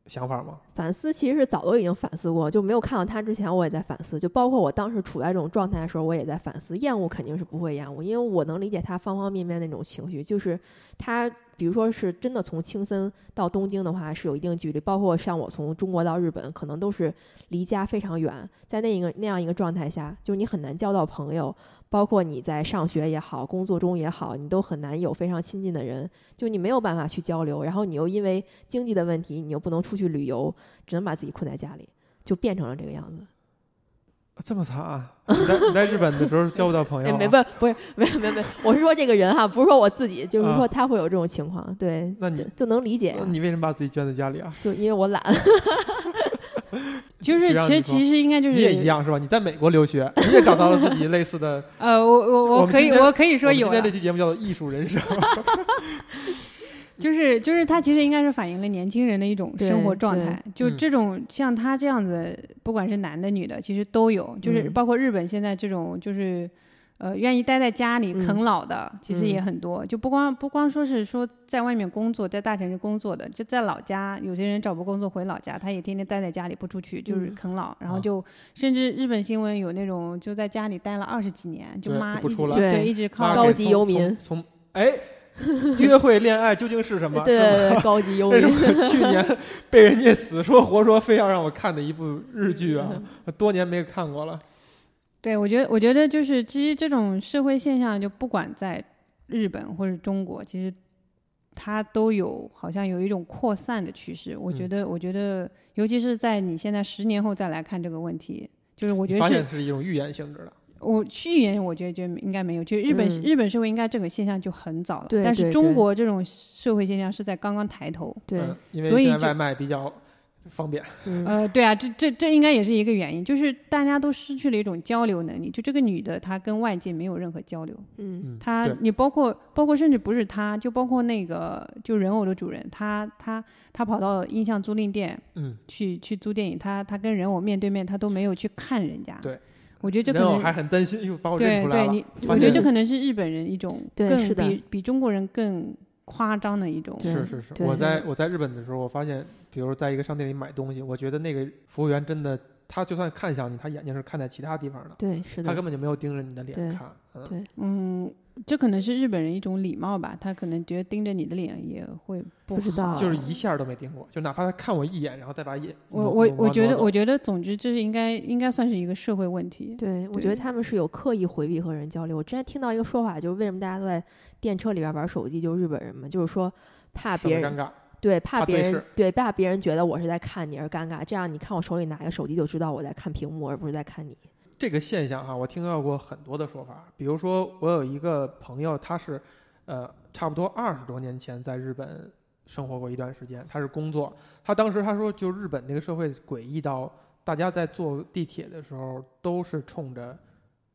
Speaker 1: 想法吗？
Speaker 2: 反思其实是早都已经反思过，就没有看到他之前，我也在反思。就包括我当时处在这种状态的时候，我也在反思。厌恶肯定是不会厌恶，因为我能理解他方方面面那种情绪。就是他，比如说是真的从青森到东京的话，是有一定距离。包括像我从中国到日本，可能都是离家非常远。在那一个那样一个状态下，就是你很难交到朋友，包括你在上学也好，工作中也好，你都很难有非常亲近的人，就你没有办法去交流。然后你又因为经济的问题，你又不能出去旅游，只能把自己困在家里，就变成了这个样子。
Speaker 1: 这么惨、
Speaker 3: [LAUGHS]
Speaker 1: 啊？ [LAUGHS] 你在你在日本的时候交不到朋
Speaker 2: 哎，
Speaker 1: 友、
Speaker 2: 没
Speaker 1: 啊？
Speaker 2: 不不是没有没有没有，我是说这个人哈，不是说我自己，就是
Speaker 1: 啊
Speaker 2: 说他会有这种情况，对，
Speaker 1: 那你
Speaker 2: 就就能理解
Speaker 1: 那
Speaker 2: 啊，
Speaker 1: 你为什么把自己圈在家里啊？
Speaker 2: 就因为我懒，
Speaker 3: 嗯就
Speaker 1: 谁
Speaker 3: 是
Speaker 1: 让
Speaker 3: 其实
Speaker 1: 你说
Speaker 3: 其实应该就是
Speaker 1: 你也一样是吧？你在美国留学，你也找到了自己类似的。
Speaker 3: 呃，我我
Speaker 1: 我们
Speaker 3: 可以
Speaker 1: 今天
Speaker 3: 我可以 [LAUGHS] 说
Speaker 1: 我们
Speaker 3: 有
Speaker 1: 今天
Speaker 3: 的
Speaker 1: 这，期节目叫做《艺术人生》
Speaker 3: 就是就是他其实应该是反映了年轻人的一种生活
Speaker 2: 对
Speaker 3: 状态，就
Speaker 1: 嗯
Speaker 3: 这种像他这样子，不管是男的女的，其实都有，就是
Speaker 2: 嗯
Speaker 3: 包括日本现在这种就是。呃，愿意待在家里
Speaker 2: 嗯
Speaker 3: 啃老的，其实也
Speaker 1: 嗯
Speaker 3: 很多，就不光不光说是说在外面工作，在大城市工作的，就在老家，有些人找不工作回老家，他也天天待在家里不出去，就是
Speaker 2: 嗯
Speaker 3: 啃老，然后
Speaker 1: 啊
Speaker 3: 就甚至日本新闻有那种就在家里待了二十几年，就
Speaker 1: 对
Speaker 3: 妈
Speaker 1: 就不
Speaker 3: 一
Speaker 1: 出
Speaker 3: 直
Speaker 1: 来
Speaker 2: 对
Speaker 3: 一直靠
Speaker 1: 妈
Speaker 2: 高
Speaker 1: 给
Speaker 2: 级
Speaker 1: 从
Speaker 2: 游民
Speaker 1: 从从哎，约会、恋爱究竟是什
Speaker 3: [LAUGHS]
Speaker 1: 么？
Speaker 2: 对
Speaker 1: 是吧
Speaker 2: 对对，高级幽
Speaker 1: 这是 [LAUGHS]
Speaker 2: 灵。
Speaker 1: 我去年被人家死说活说非要让我看的一部日剧啊，
Speaker 3: 嗯
Speaker 1: 多年没看过了。
Speaker 3: 对，我觉得，我觉得就是其实这种社会现象，就不管在日本或者中国，其实它都有好像有一种扩散的趋势。我觉
Speaker 1: 嗯
Speaker 3: 得，我觉得，尤其是在你现在十年后再来看这个问题，就是我觉
Speaker 1: 你
Speaker 3: 得
Speaker 1: 发
Speaker 3: 是
Speaker 1: 现是一种预言性质的，
Speaker 3: 我去年我觉得就应该没有，就日本、
Speaker 2: 嗯
Speaker 3: 日本社会应该这个现象就很早了，
Speaker 2: 对
Speaker 3: 但
Speaker 2: 对
Speaker 3: 是中
Speaker 2: 对
Speaker 3: 国这种社会现象是在刚刚抬头。
Speaker 2: 对，
Speaker 1: 嗯，因为
Speaker 3: 所以
Speaker 1: 现在
Speaker 3: 就
Speaker 1: 外卖比较方便。
Speaker 2: 嗯
Speaker 3: 呃，对啊，这这这应该也是一个原因，就是大家都失去了一种交流能力。就这个女的，她跟外界没有任何交流，
Speaker 2: 嗯
Speaker 1: 嗯，
Speaker 3: 她
Speaker 1: 对
Speaker 3: 你包括包括甚至不是她，就包括那个就人偶的主人，她她她跑到音像租赁店
Speaker 1: 嗯，
Speaker 3: 去去租电影，她她跟人偶面对面，她都没有去看人家。
Speaker 1: 对，
Speaker 3: 我觉得这可
Speaker 1: 人偶
Speaker 3: 能
Speaker 1: 还很担心，又把我认
Speaker 3: 对
Speaker 1: 出来
Speaker 3: 对
Speaker 1: 了。
Speaker 3: 你，
Speaker 1: 发
Speaker 3: 我觉得
Speaker 1: 现
Speaker 3: 这可能是日本人一种
Speaker 2: 对
Speaker 3: 更
Speaker 2: 是的
Speaker 3: 比比中国人更夸张的一种。
Speaker 2: 对
Speaker 1: 是是是，
Speaker 2: 对
Speaker 1: 我在我在日本的时候，我发现，比如在一个商店里买东西，我觉得那个服务员真的，他就算看向你，他眼睛是看在其他地方的，
Speaker 2: 对，是
Speaker 1: 他
Speaker 2: 的
Speaker 1: 根，本就没有盯着你的脸
Speaker 2: 对
Speaker 1: 看。嗯
Speaker 2: 对，
Speaker 3: 嗯，这可能是日本人一种礼貌吧，他可能觉得盯着你的脸也会不
Speaker 2: 不知
Speaker 3: 好
Speaker 2: 道
Speaker 1: 就是一下都没盯过，就哪怕他看我一眼，然后再把眼
Speaker 3: 我
Speaker 1: 挪
Speaker 3: 我
Speaker 1: 挪
Speaker 3: 我觉
Speaker 1: 挪
Speaker 3: 得，
Speaker 1: 走
Speaker 3: 我觉得，总之这是应该应该算是一个社会问题。
Speaker 2: 对，我觉得
Speaker 3: 对
Speaker 2: 他们是有刻意回避和人交流。我之前听到一个说法，就是为什么大家都在电车里边玩手机，就是日本人嘛，就是说怕
Speaker 1: 省
Speaker 2: 别
Speaker 1: 得
Speaker 2: 人
Speaker 1: 尴尬，
Speaker 2: 对怕
Speaker 1: 怕对
Speaker 2: 别人
Speaker 1: 视
Speaker 2: 对怕别人觉得我是在看你而尴尬，这样你看我手里拿个手机就知道我在看屏幕，而不是在看你。
Speaker 1: 这个现象哈、我听到过很多的说法，比如说我有一个朋友，他是呃差不多二十多年前在日本生活过一段时间，他是工作，他当时他说就日本这个社会诡异到大家在坐地铁的时候都是冲着。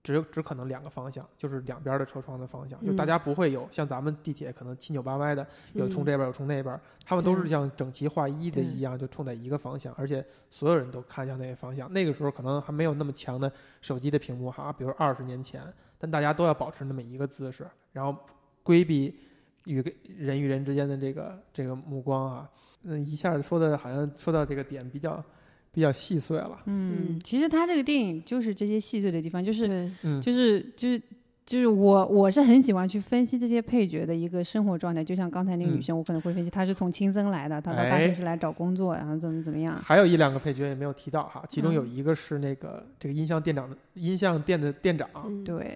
Speaker 1: 只只可能两个方向，就是两边的车窗的方向，就
Speaker 2: 嗯
Speaker 1: 大家不会有像咱们地铁可能七扭八歪的，有冲
Speaker 2: 嗯
Speaker 1: 这边，有冲那边，他们都是
Speaker 2: 对
Speaker 1: 像整齐划一的
Speaker 2: 对
Speaker 1: 一样，就冲在一个方向，而且所有人都看向那个方向。那个时候可能还没有那么强的手机的屏幕哈，比如二十年前，但大家都要保持那么一个姿势，然后规避与个人与人之间的这个这个目光啊。嗯，一下说的好像说到这个点比较比较细碎了。
Speaker 3: 嗯
Speaker 2: 嗯，
Speaker 3: 其实他这个电影就是这些细碎的地方，就是
Speaker 2: 对，
Speaker 1: 嗯，
Speaker 3: 就是就是就是我我是很喜欢去分析这些配角的一个生活状态，就像刚才那个
Speaker 1: 嗯
Speaker 3: 女生，我可能会分析她是从轻生来的，她到大
Speaker 1: 哎
Speaker 3: 学是来找工作，然后怎么怎么
Speaker 2: 啊
Speaker 3: 样。
Speaker 1: 还有一两个配角也没有提到哈，
Speaker 2: 嗯
Speaker 1: 其中有一个是那个、这个音像店长的音像店的店长，
Speaker 2: 嗯，
Speaker 3: 对，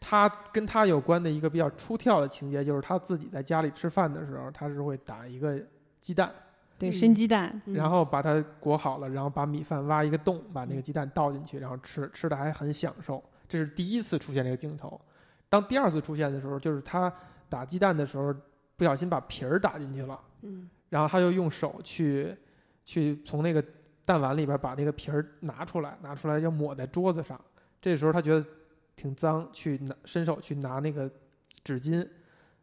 Speaker 1: 他跟他有关的一个比较出跳的情节，就是他自己在家里吃饭的时候，他是会打一个鸡蛋，
Speaker 3: 对，
Speaker 2: 嗯
Speaker 3: 生鸡蛋，
Speaker 2: 嗯
Speaker 1: 然后把它裹好了，然后把米饭挖一个洞，把那个鸡蛋倒进去，然后吃，吃的还很享受。这是第一次出现这个镜头。当第二次出现的时候，就是他打鸡蛋的时候不小心把皮儿打进去了，
Speaker 2: 嗯
Speaker 1: 然后他又用手去去从那个弹碗里边把那个皮儿拿出来，拿出来要抹在桌子上。这时候他觉得挺脏，去拿伸手去拿那个纸巾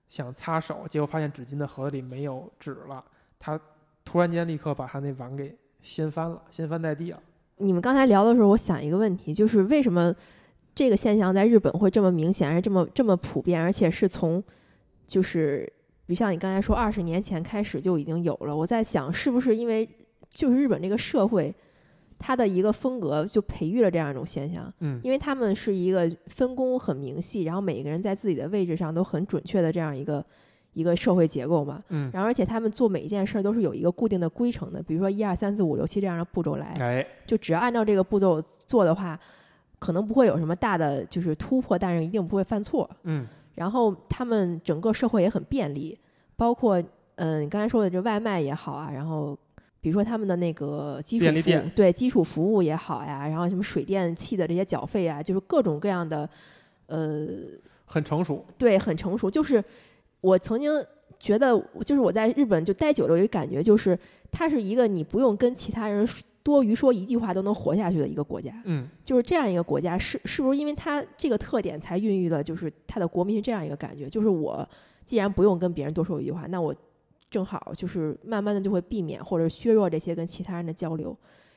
Speaker 1: 想擦手，结果发现纸巾的盒子里没有纸了，他突然间立刻把他那碗给掀翻了，掀翻在地了。
Speaker 2: 你们刚才聊的时候，我想一个问题，就是为什么这个现象在日本会这么明显，而且这么这么普遍，而且是从就是，比如像你刚才说二十年前开始就已经有了。我在想，是不是因为就是日本这个社会，它的一个风格就培育了这样一种现象，
Speaker 1: 嗯，
Speaker 2: 因为他们是一个分工很明细，然后每个人在自己的位置上都很准确的这样一个一个社会结构嘛。
Speaker 1: 嗯
Speaker 2: 然后，而且他们做每一件事儿都是有一个固定的规程的，比如说一二三四五六七这样的步骤来。
Speaker 1: 哎，
Speaker 2: 就只要按照这个步骤做的话，可能不会有什么大的就是突破，但是一定不会犯错。
Speaker 1: 嗯
Speaker 2: 然后他们整个社会也很便利，包括嗯你刚才说的这外卖也好啊，然后比如说他们的那个基础
Speaker 1: 便利
Speaker 2: 服务
Speaker 1: 店
Speaker 2: 对基础服务也好呀，然后什么水电气的这些缴费啊，就是各种各样的呃
Speaker 1: 很成熟。
Speaker 2: 对，很成熟。就是我曾经觉得，就是我在日本就待久了，有一个感觉，就是它是一个你不用跟其他人说多余说一句话都能活下去的一个国家。
Speaker 1: 嗯，
Speaker 2: 就是这样一个国家，是是不是因为它这个特点才孕育了，就是它的国民是这样一个感觉？就是我既然不用跟别人多说一句话，那我正好就是慢慢的就会避免或者削弱这些跟其他人的交流。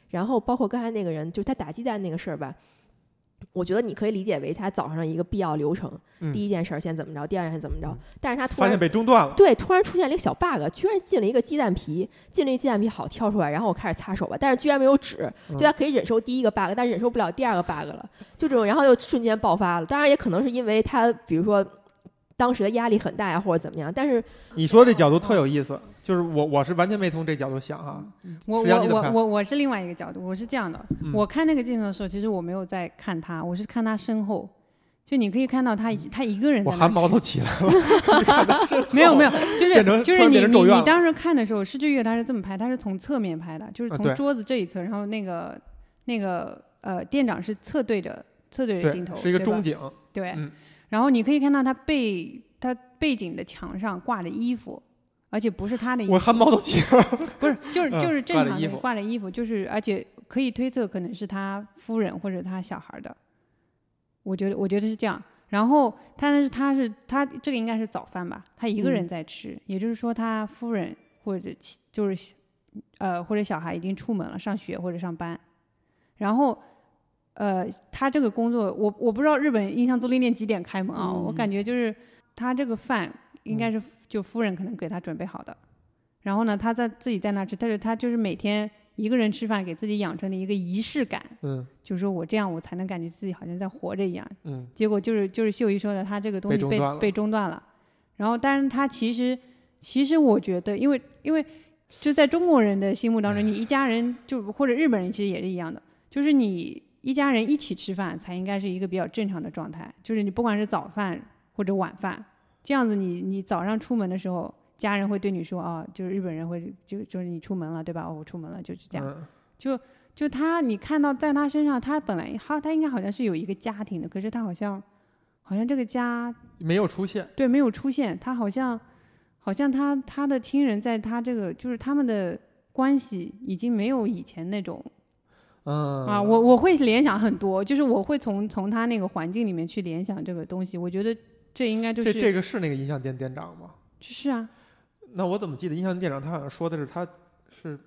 Speaker 2: 然后包括刚才那个人，就是他打鸡蛋那个事儿吧，我觉得你可以理解为他早上的一个必要流程，
Speaker 1: 嗯
Speaker 2: 第一件事儿先怎么着，第二件事儿怎么着
Speaker 1: 嗯，
Speaker 2: 但是他突
Speaker 1: 发
Speaker 2: 然
Speaker 1: 现被中断了。
Speaker 2: 对，突然出现了一个小 bug，居然进了一个鸡蛋皮，进了一个鸡蛋皮好挑出来，然后我开始擦手吧，但是居然没有纸，就他可以忍受第一个 bug，但忍受不了第二个 bug 了，就这种，然后又瞬间爆发了。当然也可能是因为他，比如说。当时的压力很大呀，或者怎么样。但是
Speaker 1: 你说这角度特有意思，就是我我是完全没从这角度想啊哈、
Speaker 3: 我
Speaker 1: 实际上
Speaker 3: 我
Speaker 1: 你怎么
Speaker 3: 我
Speaker 1: 看
Speaker 3: 我我是另外一个角度，我是这样的，
Speaker 1: 嗯
Speaker 3: 我看那个镜头的时候，其实我没有在看他，我是看他身后，就你可以看到他一他一个嗯
Speaker 1: 嗯
Speaker 3: 人在
Speaker 1: 我
Speaker 3: 那
Speaker 1: 汗毛
Speaker 3: 吃
Speaker 1: 都起来了。
Speaker 3: 没有没有，就
Speaker 1: 变成
Speaker 3: 是
Speaker 1: 突
Speaker 3: 就是
Speaker 1: 然
Speaker 3: 你
Speaker 1: 变成咒
Speaker 3: 你
Speaker 1: 怨
Speaker 3: 你
Speaker 1: 了
Speaker 3: 当时看的时候，失之月他是这么拍，他是从侧面拍的，就是
Speaker 1: 啊对
Speaker 3: 从桌子这一侧，然后那个那个呃店长是侧对着侧对着镜头，
Speaker 1: 是一个
Speaker 3: 对吧
Speaker 1: 中景，
Speaker 3: 对，
Speaker 1: 嗯
Speaker 3: 然后你可以看到他背他背景的墙上挂着衣服，而且不是他的衣服，
Speaker 1: 我汗毛都起来了。
Speaker 3: 不是就是
Speaker 1: 嗯
Speaker 3: 就是正
Speaker 1: 挂着
Speaker 3: 常
Speaker 1: 衣
Speaker 3: 的
Speaker 1: 服
Speaker 3: 挂着衣服，就是而且可以推测可能是他夫人或者他小孩的，我觉得我觉得是这样。然后他但是他是他这个应该是早饭吧，他一个
Speaker 1: 嗯
Speaker 3: 人在吃，也就是说他夫人或者其就是呃或者小孩已经出门了，上学或者上班，然后。呃，他这个工作，我我不知道日本印象租赁店几点开门啊？
Speaker 2: 嗯
Speaker 3: 我感觉就是他这个饭应该是就夫人可能给他准备好的，然后呢，他在自己在那吃，但是他就是每天一个人吃饭，给自己养成了一个仪式感，
Speaker 1: 嗯
Speaker 3: 就是说我这样我才能感觉自己好像在活着一样。
Speaker 1: 嗯，
Speaker 3: 结果就是就是秀一说的，他这个东
Speaker 1: 被
Speaker 3: 西
Speaker 1: 中
Speaker 3: 被
Speaker 1: 断了
Speaker 3: 被中断了，然后但是他其实其实我觉得，因为因为就在中国人的心目当中，你一家人就或者日本人其实也是一样的，就是你一家人一起吃饭才应该是一个比较正常的状态，就是你不管是早饭或者晚饭，这样子你你早上出门的时候。家人会对你说啊、就是日本人会就就是你出门了对吧？哦，我出门了，就是这样。
Speaker 1: 嗯
Speaker 3: 就他，你看到在他身上，他本来他他应该好像是有一个家庭的，可是他好像好像这个家
Speaker 1: 没有出现。
Speaker 3: 对没有出现，他好像好像他他的亲人在他这个就是他们的关系已经没有以前那种
Speaker 1: 嗯
Speaker 3: 啊，我我会联想很多，就是我会从从他那个环境里面去联想这个东西，我觉得这应该就是
Speaker 1: 这这个是那个音像店店长吗？
Speaker 3: 是啊，
Speaker 1: 那我怎么记得音像店长他好像说的是他是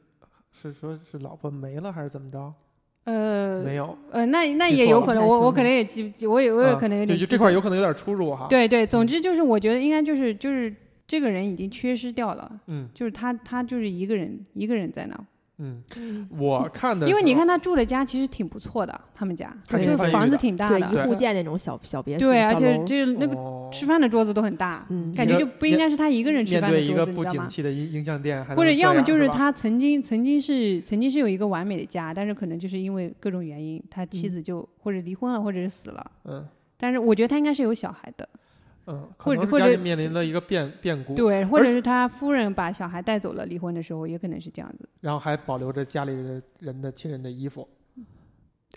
Speaker 1: 是说是老婆没了还是怎么着？
Speaker 3: 呃
Speaker 1: 没有，
Speaker 3: 呃，那那
Speaker 1: 记
Speaker 3: 也
Speaker 1: 错
Speaker 3: 有
Speaker 1: 了
Speaker 3: 可能，
Speaker 2: 太
Speaker 3: 我
Speaker 2: 清
Speaker 3: 我
Speaker 2: 楚
Speaker 3: 可能也记不记，我也我也
Speaker 1: 啊
Speaker 3: 可能有
Speaker 1: 就
Speaker 3: 点
Speaker 1: 就
Speaker 3: 记
Speaker 1: 这
Speaker 3: 不
Speaker 1: 块儿有可能有点出入哈。，
Speaker 3: 对对，总
Speaker 1: 嗯
Speaker 3: 之就是我觉得应该就是就是这个人已经缺失掉了，
Speaker 1: 嗯
Speaker 3: 就是他他就是一个人一个人在那儿，
Speaker 1: 嗯，我看的时候，
Speaker 3: 因为你看他住的家其实挺不错的，他们家
Speaker 1: 还
Speaker 3: 就
Speaker 2: 挺
Speaker 3: 是
Speaker 1: 宽裕
Speaker 3: 房子
Speaker 1: 的
Speaker 3: 挺大
Speaker 2: 对
Speaker 3: 的，
Speaker 2: 一
Speaker 1: 对
Speaker 2: 户建那种小小别墅、
Speaker 3: 对，
Speaker 2: 小
Speaker 3: 而且
Speaker 2: 楼
Speaker 3: 就是那个
Speaker 1: 哦
Speaker 3: 吃饭的桌子都很大，
Speaker 2: 嗯
Speaker 3: 感觉就不应该是他一个人吃
Speaker 1: 面
Speaker 3: 饭
Speaker 1: 对
Speaker 3: 的
Speaker 1: 一
Speaker 3: 桌
Speaker 1: 个
Speaker 3: 子，你
Speaker 1: 不
Speaker 3: 知道
Speaker 1: 景
Speaker 3: 吗？
Speaker 1: 气的音音像店，还
Speaker 3: 或者
Speaker 1: 能这
Speaker 3: 要么
Speaker 1: 样
Speaker 3: 就是
Speaker 1: 是吧
Speaker 3: 他曾经曾经是曾经是有一个完美的家，但是可能就是因为各种原因，他妻
Speaker 2: 嗯
Speaker 3: 子就或者离婚了，或者是死了。
Speaker 1: 嗯
Speaker 3: 但是我觉得他应该是有小孩的，
Speaker 1: 嗯，可
Speaker 3: 或者
Speaker 1: 能是
Speaker 3: 或
Speaker 1: 家里
Speaker 3: 者
Speaker 1: 面临了一个变变故，
Speaker 3: 对，或者
Speaker 1: 而
Speaker 3: 是他夫人把小孩带走了，离婚的时候也可能是这样子。
Speaker 1: 然后还保留着家里的人的亲人的衣服。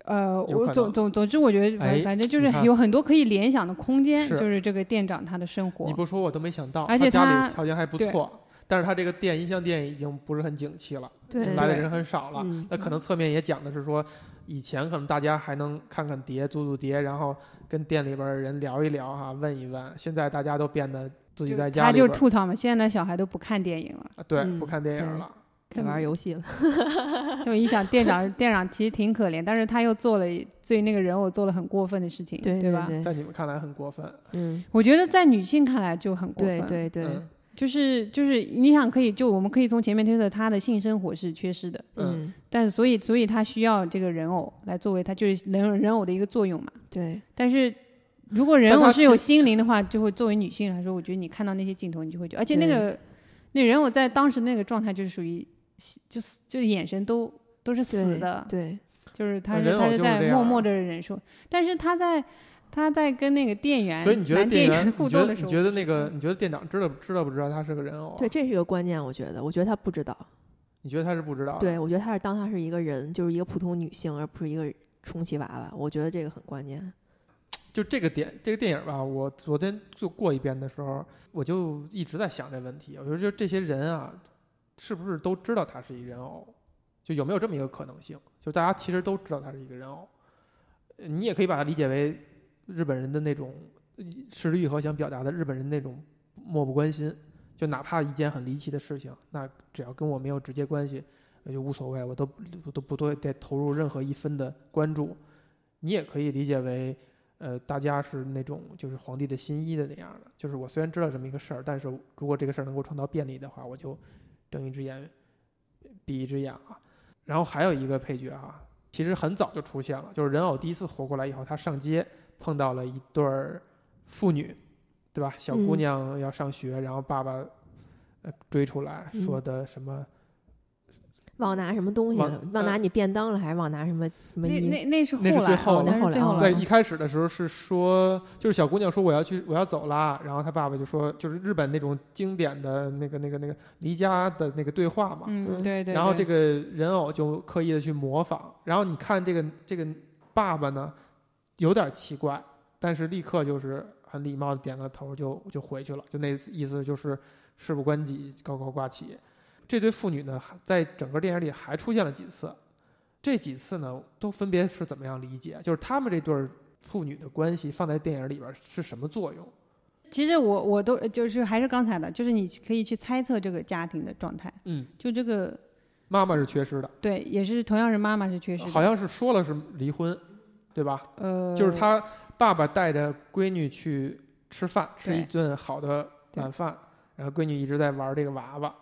Speaker 3: 呃，
Speaker 1: 有可
Speaker 3: 我
Speaker 1: 能
Speaker 3: 总总总之，我觉得反
Speaker 1: 哎
Speaker 3: 反正就
Speaker 1: 你
Speaker 3: 是
Speaker 1: 看
Speaker 3: 有很多可以联想的空间，
Speaker 1: 是
Speaker 3: 就是这个店长他的生活
Speaker 1: 你。不说我都没想到，
Speaker 3: 而且
Speaker 1: 他家
Speaker 3: 他
Speaker 1: 里条件还不
Speaker 3: 对
Speaker 1: 错，但是他这个店音像店已经不是很景气了，
Speaker 2: 对
Speaker 1: 来的
Speaker 3: 对
Speaker 1: 人很少了。
Speaker 2: 嗯
Speaker 1: 那可能侧面也讲的是说，以前可能大家还能看看碟、租租碟，然后跟店里边儿人聊一聊哈、问一问。现在大家都变得自己
Speaker 3: 就
Speaker 1: 在家
Speaker 3: 他
Speaker 1: 里
Speaker 3: 就
Speaker 1: 边
Speaker 3: 吐槽嘛，现在的小孩都不看电影了。
Speaker 1: 儿，对，
Speaker 2: 嗯
Speaker 1: 不看电影
Speaker 2: 对
Speaker 1: 了。
Speaker 2: 在玩游戏了。
Speaker 3: 这么一想，店
Speaker 1: [LAUGHS]
Speaker 3: 长店长其实挺可怜，但是他又做了对那个人偶做了很过分的事情，
Speaker 2: 对
Speaker 3: 吧？
Speaker 2: 对，
Speaker 1: 在你们看来很过分，
Speaker 2: 嗯，
Speaker 3: 我觉得在女性看来就很过
Speaker 2: 对
Speaker 3: 分，
Speaker 2: 对对，
Speaker 1: 嗯
Speaker 3: 就是就是你想可以就我们可以从前面推测他的性生活是缺失的，
Speaker 1: 嗯，
Speaker 2: 嗯，
Speaker 3: 但是所以所以他需要这个人偶来作为他就是人人偶的一个作用嘛。
Speaker 2: 对，
Speaker 3: 但是如果人
Speaker 1: 但他
Speaker 3: 偶是有
Speaker 1: 是
Speaker 3: 心灵的话，就会作为女性来说，我觉得你看到那些镜头，你就会觉得，而且那个那人偶在当时那个状态就是属于就是就眼神都都是死
Speaker 2: 对
Speaker 3: 的，
Speaker 2: 对，
Speaker 3: 就是他
Speaker 1: 呃
Speaker 3: 是
Speaker 1: 人偶
Speaker 3: 他
Speaker 1: 就是是这
Speaker 3: 在
Speaker 1: 样
Speaker 3: 默
Speaker 1: 啊
Speaker 3: 默的忍受，但是他在他在跟那个店员
Speaker 1: 嗯所以你觉得
Speaker 3: 男店
Speaker 1: 店
Speaker 3: [LAUGHS]
Speaker 1: 员，
Speaker 3: 互
Speaker 1: 你觉得
Speaker 3: 动的时
Speaker 1: 你
Speaker 3: 候，嗯
Speaker 1: 觉得那个，你觉得店长知道知道不知道他是个人偶啊？
Speaker 2: 对，这是一个关键，我觉得，我觉得他不知道，
Speaker 1: 你觉得他是不知道的？
Speaker 2: 对我觉得他是当他是一个人，就是一个普通女性，而不是一个充气娃娃，我觉得这个很关键。
Speaker 1: 就这个点，这个电影吧，我昨天就过一遍的时候，我就一直在想这问题。我就觉得这些人啊，是不是都知道他是一人偶？就有没有这么一个可能性？就大家其实都知道他是一个人偶，呃你也可以把它理解为日本人的那种呃石之愈合想表达的日本人那种漠不关心。就哪怕一件很离奇的事情，那只要跟我没有直接关系，那就无所谓，我都我都不对再投入任何一分的关注。你也可以理解为。呃，大家是那种就是皇帝的新衣的那样的，就是我虽然知道这么一个事儿，但是如果这个事儿能够创造便利的话，我就睁一只眼闭一只眼啊。然后还有一个配角啊，其实很早就出现了，就是人偶第一次活过来以后，他上街碰到了一对儿父女，对吧？小姑
Speaker 2: 嗯
Speaker 1: 娘要上学，然后爸爸呃追出来
Speaker 2: 嗯
Speaker 1: 说的什么？
Speaker 2: 忘拿什么东西
Speaker 1: 忘呃
Speaker 2: 了？忘拿你便当了，还是忘拿什么什么
Speaker 3: 那
Speaker 2: 衣？
Speaker 3: 那那是后
Speaker 1: 那是最
Speaker 3: 来，
Speaker 1: 后
Speaker 3: 哦
Speaker 1: 了
Speaker 3: 那是最
Speaker 2: 后
Speaker 3: 后
Speaker 2: 来
Speaker 1: 在
Speaker 2: 对
Speaker 3: 了
Speaker 1: 一开始的时候是说，就是小姑娘说我要去，我要走啦，然后她爸爸就说，就是日本那种经典的那个那个那个离家的那个对话嘛。
Speaker 3: 嗯，对对。
Speaker 1: 然后这
Speaker 3: 对
Speaker 1: 个人偶就刻意的去模仿，然后你看这个这个爸爸呢，有点奇怪，但是立刻就是哎很礼貌的点个头就就回去了，就那意思就是事不关己，高高挂起。这对父女呢，还在整个电影里还出现了几次，这几次呢都分别是怎么样理解？就是他们这对儿父女的关系放在电影里边是什么作用？
Speaker 3: 其实我我都就是还是刚才的，就是你可以去猜测这个家庭的状态，
Speaker 1: 嗯，
Speaker 3: 就这个
Speaker 1: 妈妈是缺失的，
Speaker 3: 对，也是同样是妈妈是缺失的，
Speaker 1: 好像是说了是离婚，对吧？
Speaker 3: 呃，
Speaker 1: 就是他爸爸带着闺女去吃饭，吃
Speaker 3: 对
Speaker 1: 一顿好的晚饭，然后闺女一直在玩这个娃娃，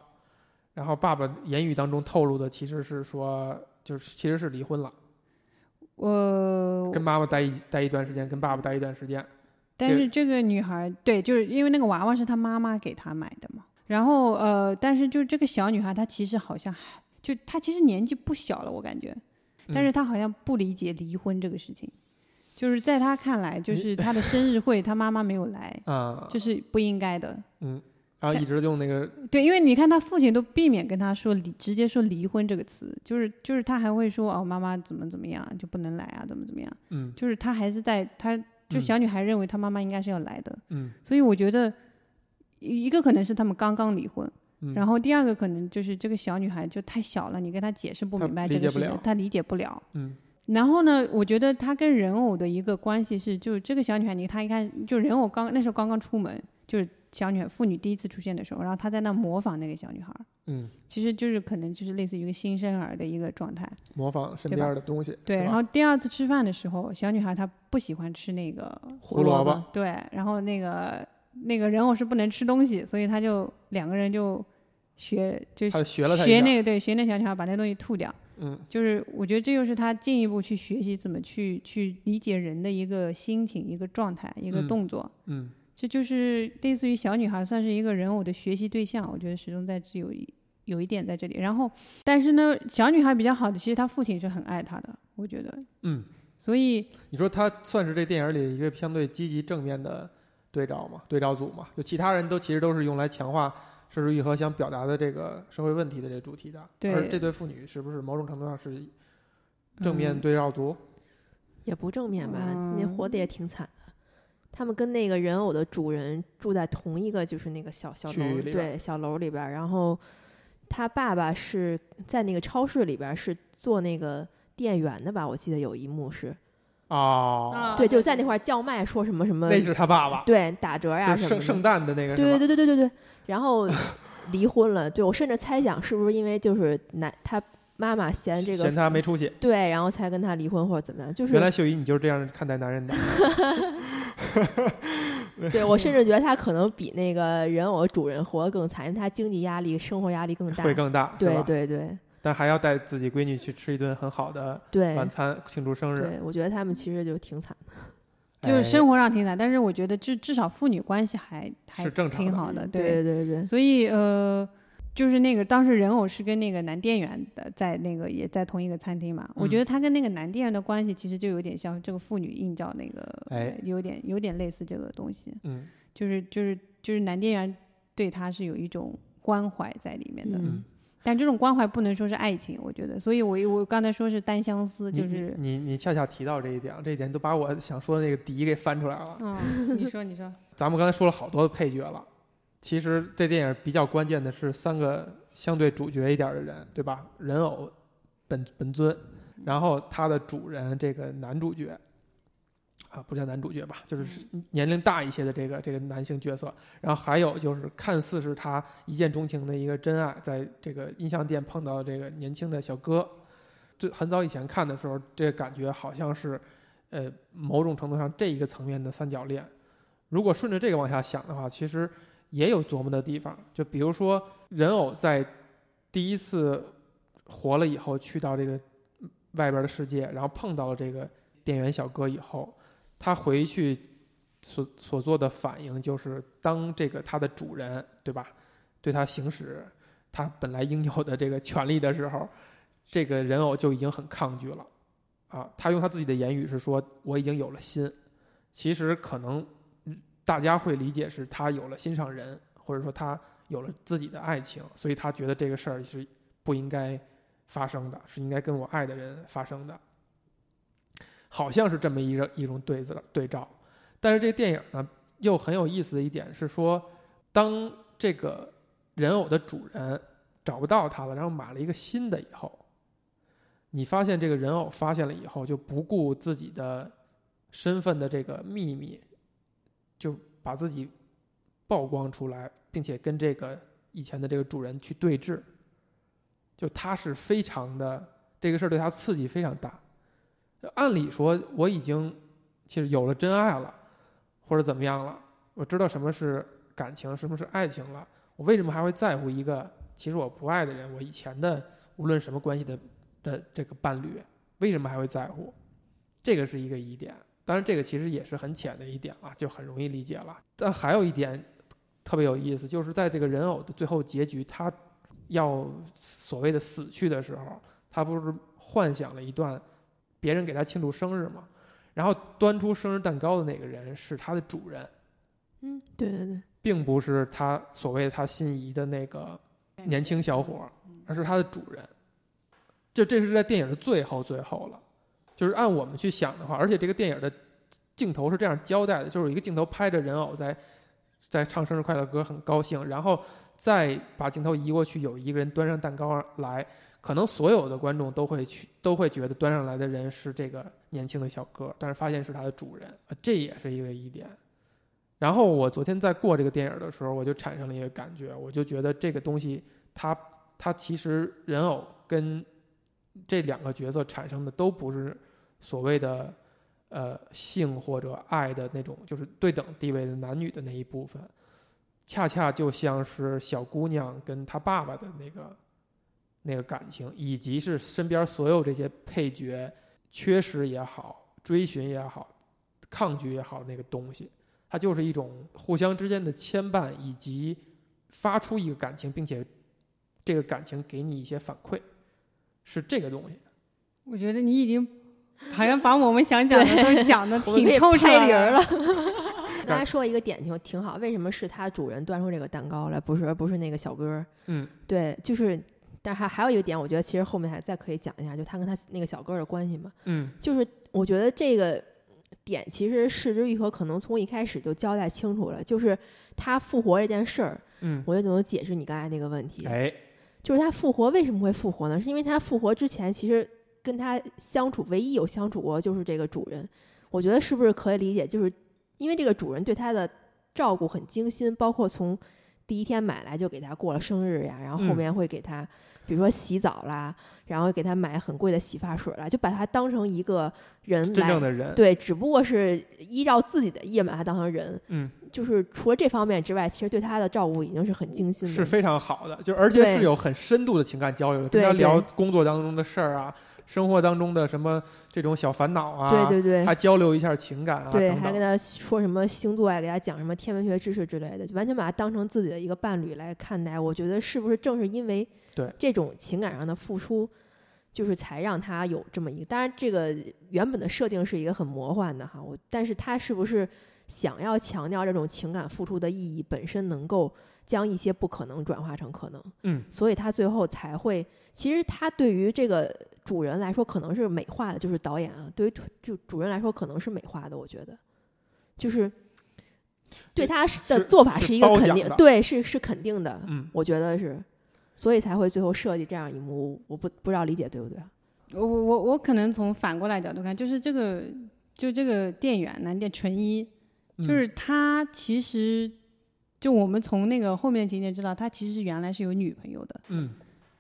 Speaker 1: 然后爸爸言语当中透露的其实是说，就是其实是离婚了，
Speaker 3: 呃，
Speaker 1: 跟妈妈待一待一段时间，跟爸爸待一段时间，
Speaker 3: 但
Speaker 1: 对
Speaker 3: 是这个女孩，对，就是因为那个娃娃是她妈妈给她买的嘛。然后呃，但是就是这个小女孩，她其实好像还就她其实年纪不小了，我感觉，但是
Speaker 1: 嗯
Speaker 3: 她好像不理解离婚这个事情，就是在她看来，就
Speaker 1: 你
Speaker 3: 是她的生日会，她妈妈没
Speaker 1: [LAUGHS]
Speaker 3: 有来，
Speaker 1: 啊，
Speaker 3: 这是不应该的。
Speaker 1: 然后一直用那个
Speaker 3: 对，因为你看她父亲都避免跟她说离，直接说离婚这个词，就是就是她还会说哦，妈妈怎么怎么样就不能来啊，怎么怎么样，
Speaker 1: 嗯
Speaker 3: 就是她还是在她就
Speaker 1: 嗯
Speaker 3: 小女孩认为她妈妈应该是要来的，
Speaker 1: 嗯
Speaker 3: 所以我觉得，一一个可能是他们刚刚离婚，
Speaker 1: 嗯，
Speaker 3: 然
Speaker 1: 后
Speaker 3: 后第二个可能就是这个小女孩就太小了，你跟她解释不
Speaker 1: 她
Speaker 3: 明白
Speaker 1: 理
Speaker 3: 这
Speaker 1: 解
Speaker 3: 个
Speaker 1: 不
Speaker 3: 事情
Speaker 1: 了，
Speaker 3: 她理解不了。
Speaker 1: 嗯
Speaker 3: 然后呢，我觉得她跟人偶的一个关系是，就这个小女孩，你她一看就人偶刚那时候刚刚出门，就是小女孩妇女第一次出现的时候，然后她在那模仿那个小女孩，
Speaker 1: 嗯，
Speaker 3: 其实就是可能就是类似于一个新生儿的一个状态。
Speaker 1: 模仿身
Speaker 3: 对吧
Speaker 1: 边的东西，
Speaker 3: 对，
Speaker 1: 是吧
Speaker 3: 然后第二次吃饭的时候，小女孩她不喜欢吃那个
Speaker 1: 胡萝卜，
Speaker 3: 对，然后那个那个人偶是不能吃东西，所以他就两个人就学就
Speaker 1: 他学了他一
Speaker 3: 学
Speaker 1: 下
Speaker 3: 那个对学那小女孩把那东西吐掉。
Speaker 1: 嗯
Speaker 3: 就是我觉得这就是他进一步去学习怎么去去理解人的一个心情、一个状态、一个
Speaker 1: 嗯
Speaker 3: 动作。
Speaker 1: 嗯
Speaker 3: 这就是类似于小女孩算是一个人偶的学习对象，我觉得始终在这有一有一点在这里。然后，但是呢，小女孩比较好的，其实她父亲是很爱她的，我觉得。
Speaker 1: 嗯，
Speaker 3: 所以
Speaker 1: 你说他算是这电影里一个相对积极正面的对照嘛，对照组嘛，就其他人都其实都是用来强化涉世愈合想表达的这个社会问题的这主题的，
Speaker 3: 对
Speaker 1: 而这对父女是不是某种程度上是正
Speaker 3: 嗯
Speaker 1: 面对照组？
Speaker 2: 也不正面吧，那
Speaker 3: 嗯
Speaker 2: 活得也挺惨的。他们跟那个人偶的主人住在同一个，就是那个小小
Speaker 1: 区域
Speaker 2: 楼，
Speaker 1: 里边
Speaker 2: 对，小楼里边儿。然后他爸爸是在那个超市里边儿是做那个店员的吧？我记得有一幕是，
Speaker 1: 哦
Speaker 3: 啊，
Speaker 2: 对，就在那块儿叫卖，说什么什么，
Speaker 1: 那是他爸爸，
Speaker 2: 对，打折呀、
Speaker 1: 就
Speaker 2: 什
Speaker 1: 是圣
Speaker 2: 么的。
Speaker 1: 圣诞的那个是吧？
Speaker 2: 对对对对对对对。然后离婚了，对我甚至猜想是不是因为就是男他妈妈嫌这个
Speaker 1: 嫌他没出息。
Speaker 2: 对，然后才跟他离婚或者怎么样，就是
Speaker 1: 原来秀姨你就是这样看待男人的，
Speaker 2: 对我甚至觉得他可能比那个人偶主人活得更惨，因为他经济压力、生活压力更大。
Speaker 1: 会更大，是
Speaker 2: 对
Speaker 1: 吧？
Speaker 2: 对对
Speaker 1: 但还要带自己闺女去吃一顿很好的
Speaker 2: 对
Speaker 1: 晚餐，庆祝生日。
Speaker 2: 对，我觉得他们其实就挺惨的。
Speaker 3: 就是
Speaker 1: 哎
Speaker 3: 生活上挺惨，但是我觉得至至少父女关系还还
Speaker 1: 是正常
Speaker 3: 挺
Speaker 1: 的
Speaker 3: 好的，
Speaker 2: 嗯对对对，
Speaker 3: 所以呃，就是那个当时人偶是跟那个男店员的在那个也在同一个餐厅嘛，我
Speaker 1: 嗯
Speaker 3: 觉得他跟那个男店员的关系其实就有点像这个父女映照那个，
Speaker 1: 哎
Speaker 3: 有点有点类似这个东西，
Speaker 1: 嗯
Speaker 3: 就是就是就是男店员对他是有一种关怀在里面的，
Speaker 2: 嗯，
Speaker 3: 但这种关怀不能说是爱情，我觉得，所以我我刚才说是单相思，
Speaker 1: 你
Speaker 3: 就
Speaker 1: 你
Speaker 3: 是。
Speaker 1: 你你恰恰提到这一点，这一点都把我想说的那个底给翻出来了。
Speaker 3: 嗯，你说你说，
Speaker 1: 咱们刚才说了好多配角了，其实这电影比较关键的是三个相对主角一点的人，对吧？人偶本本尊，然后他的主人这个男主角，啊，不叫男主角吧，就是年龄大一些的这个这个男性角色，然后还有就是看似是他一见钟情的一个真爱，在这个音像店碰到这个年轻的小哥，最很早以前看的时候，这感觉好像是，呃，某种程度上这一个层面的三角恋。如果顺着这个往下想的话，其实也有琢磨的地方。就比如说，人偶在第一次活了以后，去到这个外边的世界，然后碰到了这个店员小哥以后，他回去所所做的反应就是，当这个它的主人对吧，对它行使它本来应有的这个权利的时候，这个人偶就已经很抗拒了。啊，他用他自己的言语是说我已经有了心，其实可能嗯大家会理解是他有了心上人，或者说他有了自己的爱情，所以他觉得这个事儿是不应该发生的，是应该跟我爱的人发生的。好像是这么一个一种对子对照，但是这个电影呢又很有意思的一点是说，当这个人偶的主人找不到他了，然后买了一个新的以后，你发现这个人偶发现了以后，就不顾自己的身份的这个秘密，就把自己曝光出来，并且跟这个以前的这个主人去对峙。就他是非常的这个事儿对他刺激非常大。按理说我已经其实有了真爱了，或者怎么样了，我知道什么是感情，什么是爱情了。我为什么还会在乎一个其实我不爱的人？我以前的无论什么关系的的这个伴侣，为什么还会在乎？这个是一个疑点。当然，这个其实也是很浅的一点了，就很容易理解了。但还有一点特别有意思，就是在这个人偶的最后结局，他要所谓的死去的时候，他不是幻想了一段别人给他庆祝生日嘛，然后端出生日蛋糕的那个人是他的主人，
Speaker 2: 嗯，对对对，
Speaker 1: 并不是他所谓他心仪的那个年轻小伙儿，而是他的主人。就这是在电影的最后最后了，就是按我们去想的话，而且这个电影的镜头是这样交代的，就是有一个镜头拍着人偶在在唱生日快乐歌，很高兴，然后再把镜头移过去，有一个人端上蛋糕来，可能所有的观众都会去都会觉得端上来的人是这个年轻的小哥，但是发现是他的主人，呃这也是一个疑点。然后我昨天在过这个电影的时候，我就产生了一个感觉，我就觉得这个东西它它其实人偶跟这两个角色产生的都不是所谓的呃性或者爱的那种，就是对等地位的男女的那一部分，恰恰就像是小姑娘跟她爸爸的那个那个感情，以及是身边所有这些配角缺失也好，追寻也好，抗拒也好，那个东西，它就是一种互相之间的牵绊，以及发出一个感情，并且这个感情给你一些反馈。是这个东西，
Speaker 3: 我觉得你已经好像把我们想讲的都讲的
Speaker 2: [LAUGHS] 我们
Speaker 3: 挺
Speaker 2: 也
Speaker 3: 透彻
Speaker 2: 拍人儿
Speaker 1: [LAUGHS]
Speaker 3: 了。
Speaker 2: 刚才说了一个点挺挺好，为什么是他主人端出这个蛋糕来，不是而不是那个小哥儿？
Speaker 1: 嗯，
Speaker 2: 对，就是，但是还还有一个点，我觉得其实后面还再可以讲一下，就他跟他那个小哥儿的关系嘛。
Speaker 1: 嗯
Speaker 2: 就是我觉得这个点其实是之愈合可能从一开始就交代清楚了，就是他复活这件事儿，
Speaker 1: 嗯，
Speaker 2: 我就怎么解释你刚才那个问题？
Speaker 1: 哎，
Speaker 2: 就是他复活为什么会复活呢？是因为他复活之前其实跟他相处，唯一有相处过就是这个主人。我觉得是不是可以理解，就是因为这个主人对他的照顾很精心，包括从第一天买来就给他过了生日呀，然后后
Speaker 1: 嗯
Speaker 2: 面会给他，比如说洗澡啦，然后给他买很贵的洗发水啦，就把他当成一个人
Speaker 1: 真
Speaker 2: 来
Speaker 1: 正的人，
Speaker 2: 对，只不过是依照自己的意愿把他当成人，
Speaker 1: 嗯，
Speaker 2: 就是除了这方面之外，其实对他的照顾已经是很精心的
Speaker 1: 是
Speaker 2: 了，
Speaker 1: 非常好的，就而且
Speaker 2: 对
Speaker 1: 是有很深度的情感交流的，跟
Speaker 2: 对
Speaker 1: 他
Speaker 2: 对
Speaker 1: 聊工作当中的事儿啊，生活当中的什么这种小烦恼啊，
Speaker 2: 对对对，
Speaker 1: 还交流一下情感啊，
Speaker 2: 对，
Speaker 1: 等
Speaker 2: 还跟
Speaker 1: 等，
Speaker 2: 他说什么星座呀，啊给他讲什么天文学知识之类的，就完全把他当成自己的一个伴侣来看待。我觉得是不是正是因为
Speaker 1: 对
Speaker 2: 这种情感上的付出，就是才让他有这么一个。当然，这个原本的设定是一个很魔幻的哈，我但是他是不是想要强调这种情感付出的意义本身能够将一些不可能转化成可能？
Speaker 1: 嗯，
Speaker 2: 所以他最后才会，其实他对于这个主人来说可能是美化的，就是导演啊，对于就主人来说可能是美化的，我觉得，就是对他是的
Speaker 1: 是
Speaker 2: 做法
Speaker 1: 是
Speaker 2: 一个
Speaker 1: 褒
Speaker 2: 肯
Speaker 1: 奖
Speaker 2: 定
Speaker 1: 的，
Speaker 2: 对，是是肯定的，
Speaker 1: 嗯，
Speaker 2: 我觉得是，所以才会最后设计这样一幕，我不不知道理解对不对啊？
Speaker 3: 我我我可能从反过来角度看，就是这个就这个店员呢，店纯一，
Speaker 1: 嗯
Speaker 3: 就是他其实就我们从那个后面的情节知道，他其实原来是有女朋友的，
Speaker 1: 嗯，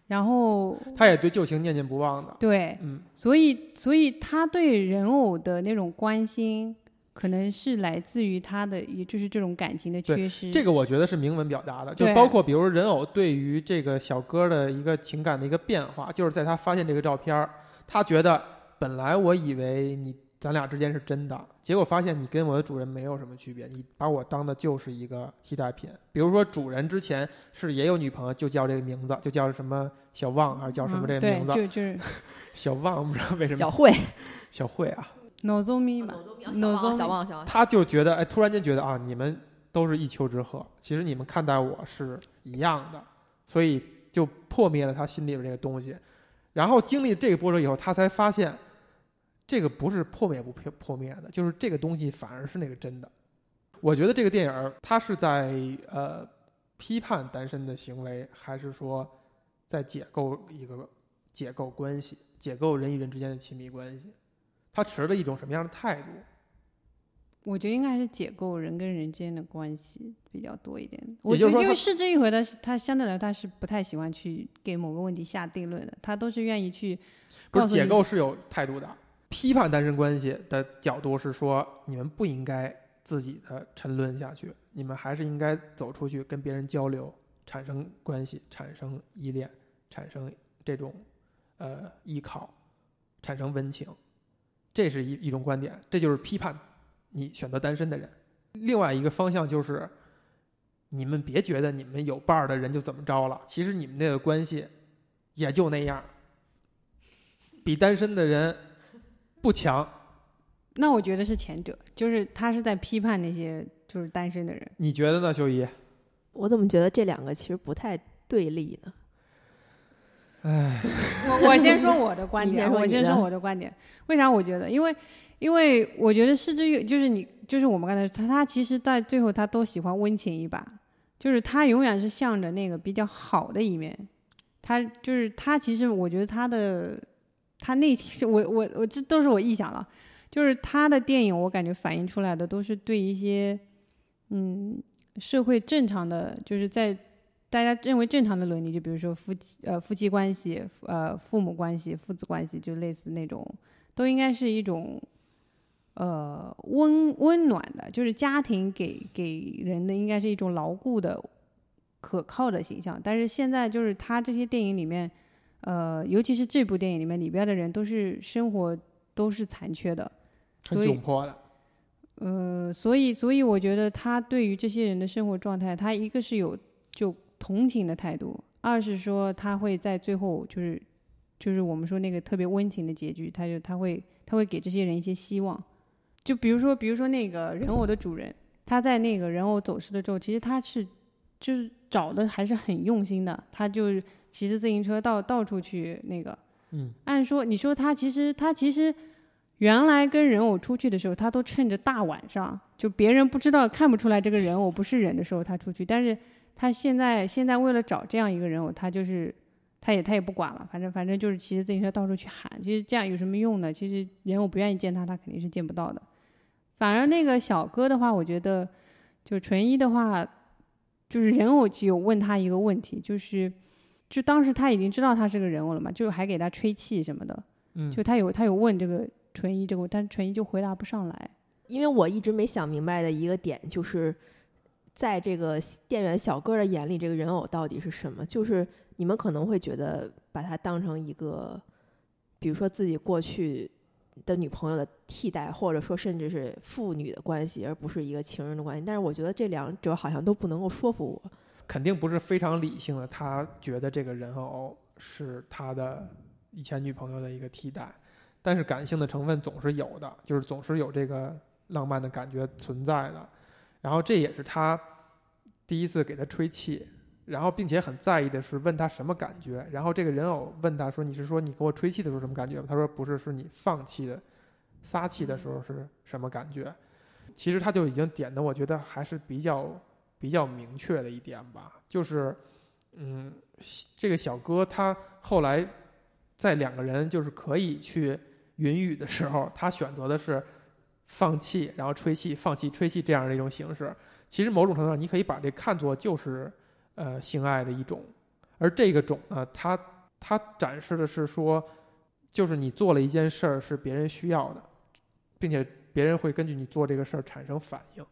Speaker 3: 然后
Speaker 1: 他也对旧情念念不忘的，
Speaker 3: 对，
Speaker 1: 嗯，
Speaker 3: 所以所以他对人偶的那种关心，可能是来自于他的，也就是这种感情的
Speaker 1: 对
Speaker 3: 缺失。
Speaker 1: 这个我觉得是明文表达的，就
Speaker 3: 对
Speaker 1: 包括比如人偶对于这个小哥的一个情感的一个变化，就是在他发现这个照片儿，他觉得本来我以为你咱俩之间是真的，结果发现你跟我的主人没有什么区别，你把我当的就是一个替代品。比如说主人之前是也有女朋友，就叫这个名字，就叫什么小旺还是叫什么这个名字，
Speaker 3: 嗯、对，就就是
Speaker 1: 小旺不知道为什么
Speaker 2: 小慧，
Speaker 1: 小慧啊，
Speaker 3: 脑中咪嘛，脑中
Speaker 2: 小旺小旺，
Speaker 1: 他就觉得哎，突然间觉得啊，你们都是一丘之貉，其实你们看待我是一样的，所以就破灭了他心里边这个东西。然后经历这个波折以后，他才发现。这个不是破灭不破破灭的，就是这个东西反而是那个真的。我觉得这个电影儿它是在呃批判单身的行为，还是说在解构一个解构关系、解构人与人之间的亲密关系？它持了一种什么样的态度？
Speaker 3: 我觉得应该还是解构人跟人之间的关系比较多一点。我
Speaker 1: 也
Speaker 3: 觉
Speaker 1: 就是说
Speaker 3: 得因
Speaker 1: 他
Speaker 3: 为是这一回，他是他相对来说他是不太喜欢去给某个问题下定论的，他都是愿意去
Speaker 1: 不
Speaker 3: 告
Speaker 1: 是
Speaker 3: 诉
Speaker 1: 解
Speaker 3: 你
Speaker 1: 构是有态度的。批判单身关系的角度是说，你们不应该自己的沉沦下去，你们还是应该走出去跟别人交流，产生关系，产生依恋，产生这种呃依靠，产生温情，这是一一种观点，这就是批判你选择单身的人。另外一个方向就是，你们别觉得你们有伴儿的人就怎么着了，其实你们那个关系也就那样，比单身的人不强。
Speaker 3: 那我觉得是前者，就是他是在批判那些就是单身的人。
Speaker 1: 你觉得呢，秀姨？
Speaker 2: 我怎么觉得这两个其实不太对立呢？
Speaker 3: 我我先说我的观
Speaker 2: 你
Speaker 3: 点，
Speaker 2: 先说
Speaker 3: 我
Speaker 2: 你
Speaker 3: 先说
Speaker 2: 的
Speaker 3: 我的观点。为啥我觉得？因为因为我觉得失之愈，就是你就是我们刚才说他他其实在最后他都喜欢温情一把，就是他永远是向着那个比较好的一面。他就是他，其实我觉得他的他内心是我我我这都是我臆想了，就是他的电影我感觉反映出来的都是对一些嗯社会正常的，就是在大家认为正常的伦理，就比如说夫妻呃夫妻关系、呃父母关系、父子关系，就类似那种，都应该是一种呃温温暖的，就是家庭给给人的应该是一种牢固的、可靠的形象。但是现在就是他这些电影里面，呃，尤其是这部电影里面里边的人都是生活都是残缺的，
Speaker 1: 很
Speaker 3: 所以
Speaker 1: 窘迫的，
Speaker 3: 呃，所以所以我觉得他对于这些人的生活状态，他一个是有就同情的态度，二是说他会在最后就是就是我们说那个特别温情的结局，他就他会他会给这些人一些希望。就比如说比如说那个人偶的主人，他在那个人偶走失了之后，其实他是就是找的还是很用心的，他就是骑着自行车到到处去那个，
Speaker 1: 嗯，
Speaker 3: 按说你说他其实他其实原来跟人偶出去的时候，他都趁着大晚上，就别人不知道看不出来这个人偶不是人的时候，他出去。但是他现在现在为了找这样一个人偶，他就是他也他也不管了，反正反正就是骑着自行车到处去喊。其实这样有什么用呢？其实人偶不愿意见他，他肯定是见不到的。反而那个小哥的话，我觉得就纯一的话，就是人偶就有问他一个问题，就是就当时他已经知道他是个人偶了嘛，就还给他吹气什么的，
Speaker 1: 嗯，
Speaker 3: 就他有他有问这个纯一这个，但是纯一就回答不上来。
Speaker 2: 因为我一直没想明白的一个点就是，在这个店员小哥的眼里，这个人偶到底是什么？就是你们可能会觉得把它当成一个，比如说自己过去的女朋友的替代，或者说甚至是父女的关系，而不是一个情人的关系。但是我觉得这两者好像都不能够说服我。
Speaker 1: 肯定不是非常理性的。他觉得这个人偶是他的以前女朋友的一个替代，但是感性的成分总是有的，就是总是有这个浪漫的感觉存在的。然后这也是他第一次给他吹气，然后并且很在意的是问他什么感觉。然后这个人偶问他说：“你是说你给我吹气的时候什么感觉吗？”他说：“不是，是你放气的、撒气的时候是什么感觉。”其实他就已经点的，我觉得还是比较比较明确的一点吧，就是，嗯，西这个小哥他后来在两个人就是可以去云雨的时候，他选择的是放弃，然后吹气，放弃吹气这样的一种形式。其实某种程度上，你可以把这看作就是呃性爱的一种，而这个种呢，它它展示的是说，就是你做了一件事儿是别人需要的，并且别人会根据你做这个事儿产生反应。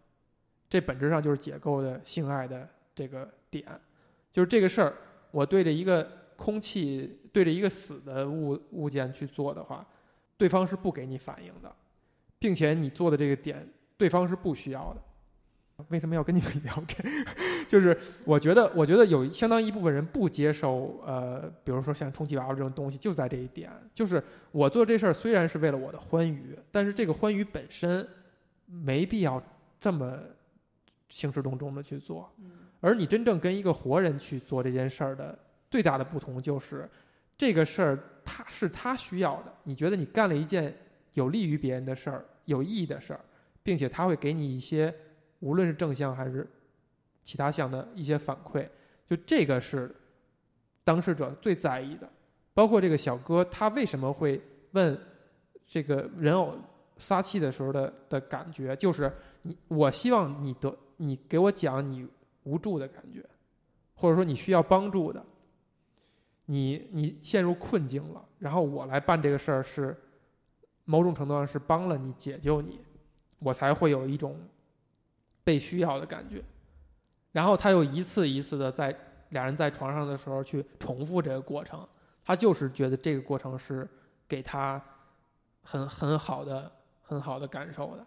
Speaker 1: 这本质上就是解构的性爱的这个点，就是这个事儿，我对着一个空气，对着一个死的物物件去做的话，对方是不给你反应的。并且你做的这个点，对方是不需要的。为什么要跟你们聊这？ [LAUGHS] 就是我觉得，我觉得有相当一部分人不接受，呃，比如说像充气娃娃这种东西，就在这一点，就是我做这事儿虽然是为了我的欢愉，但是这个欢愉本身没必要这么兴师动众的去做。而你真正跟一个活人去做这件事儿的最大的不同就是，这个事儿他是他需要的，你觉得你干了一件有利于别人的事儿、有意义的事儿，并且他会给你一些无论是正向还是其他项的一些反馈，就这个是当事者最在意的。包括这个小哥他为什么会问这个人偶撒气的时候的的感觉，就是你我希望你得你给我讲你无助的感觉，或者说你需要帮助的，你你陷入困境了，然后我来办这个事儿是某种程度上是帮了你解救你，我才会有一种被需要的感觉。然后他又一次一次的在俩人在床上的时候去重复这个过程，他就是觉得这个过程是给他很很好的很好的感受的。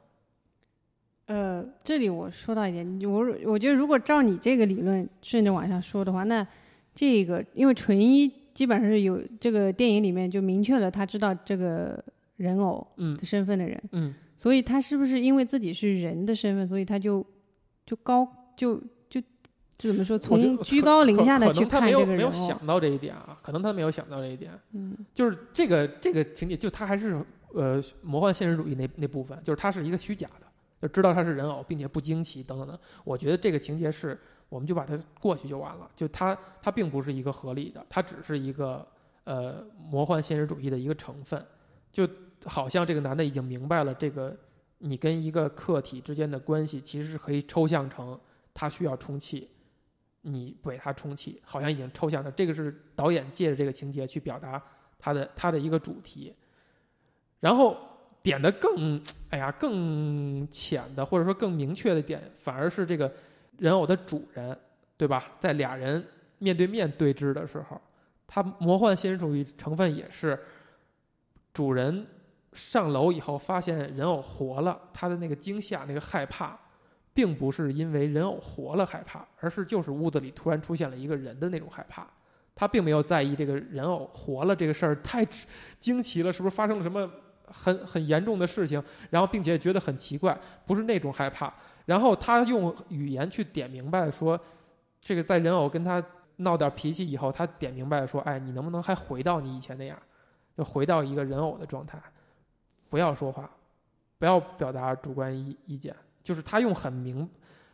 Speaker 3: 呃，这里我说到一点，你我我觉得如果照你这个理论顺着往下说的话，那这个因为纯一基本上是有这个电影里面就明确了他知道这个人偶
Speaker 1: 嗯
Speaker 3: 的身份的人，
Speaker 1: 嗯，
Speaker 3: 所以他是不是因为自己是人的身份，所以他就就高就就就怎么说，
Speaker 1: 我觉
Speaker 3: 从
Speaker 1: 得
Speaker 3: 居
Speaker 1: 可
Speaker 3: 高临
Speaker 1: 可
Speaker 3: 下的
Speaker 1: 可
Speaker 3: 去
Speaker 1: 能他
Speaker 3: 看
Speaker 1: 没
Speaker 3: 这
Speaker 1: 有
Speaker 3: 个
Speaker 1: 没
Speaker 3: 人哦
Speaker 1: 有
Speaker 3: 偶，
Speaker 1: 想到这一点啊，可能他没有想到这一点。
Speaker 3: 嗯，
Speaker 1: 就是这个这个情节，就他还是呃魔幻现实主义那那部分，就是他是一个虚假的，就知道他是人偶，并且不惊奇等等的。我觉得这个情节是，我们就把它过去就完了，就它它并不是一个合理的，它只是一个呃魔幻现实主义的一个成分，就好像这个男的已经明白了这个你跟一个客体之间的关系，其实是可以抽象成他需要充气。你不给他充气，好像已经抽象的，这个是导演借着这个情节去表达他的他的一个主题，然后点的更哎呀更浅的或者说更明确的点，反而是这个人偶的主人，对吧？在俩人面对面对峙的时候，他魔幻现实主义成分也是主人上楼以后发现人偶活了，他的那个惊吓那个害怕。并不是因为人偶活了害怕，而是就是屋子里突然出现了一个人的那种害怕。他并没有在意这个人偶活了这个事儿太吃惊奇了，是不是发生了什么很很严重的事情？然后并且觉得很奇怪，不是那种害怕。然后他用语言去点明白说，哎这个在人偶跟他闹点脾气以后，他点明白说，哎，你能不能还回到你以前那样，就回到一个人偶的状态，不要说话，不要表达主观意意见，就是他用很明、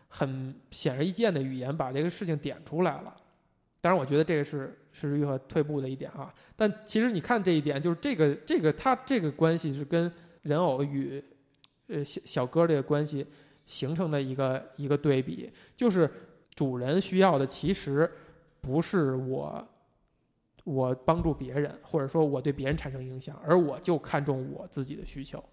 Speaker 1: 很显而易见的语言把这个事情点出来了。当然，我觉得这个是是愈合退步的一点啊。但其实你看这一点，就是这个这个他这个关系是跟人偶与呃小小哥这个关系形成了一个一个对比，就是主人需要的其实不是我我帮助别人，或者说我对别人产生影响，而我就看重我自己的需求。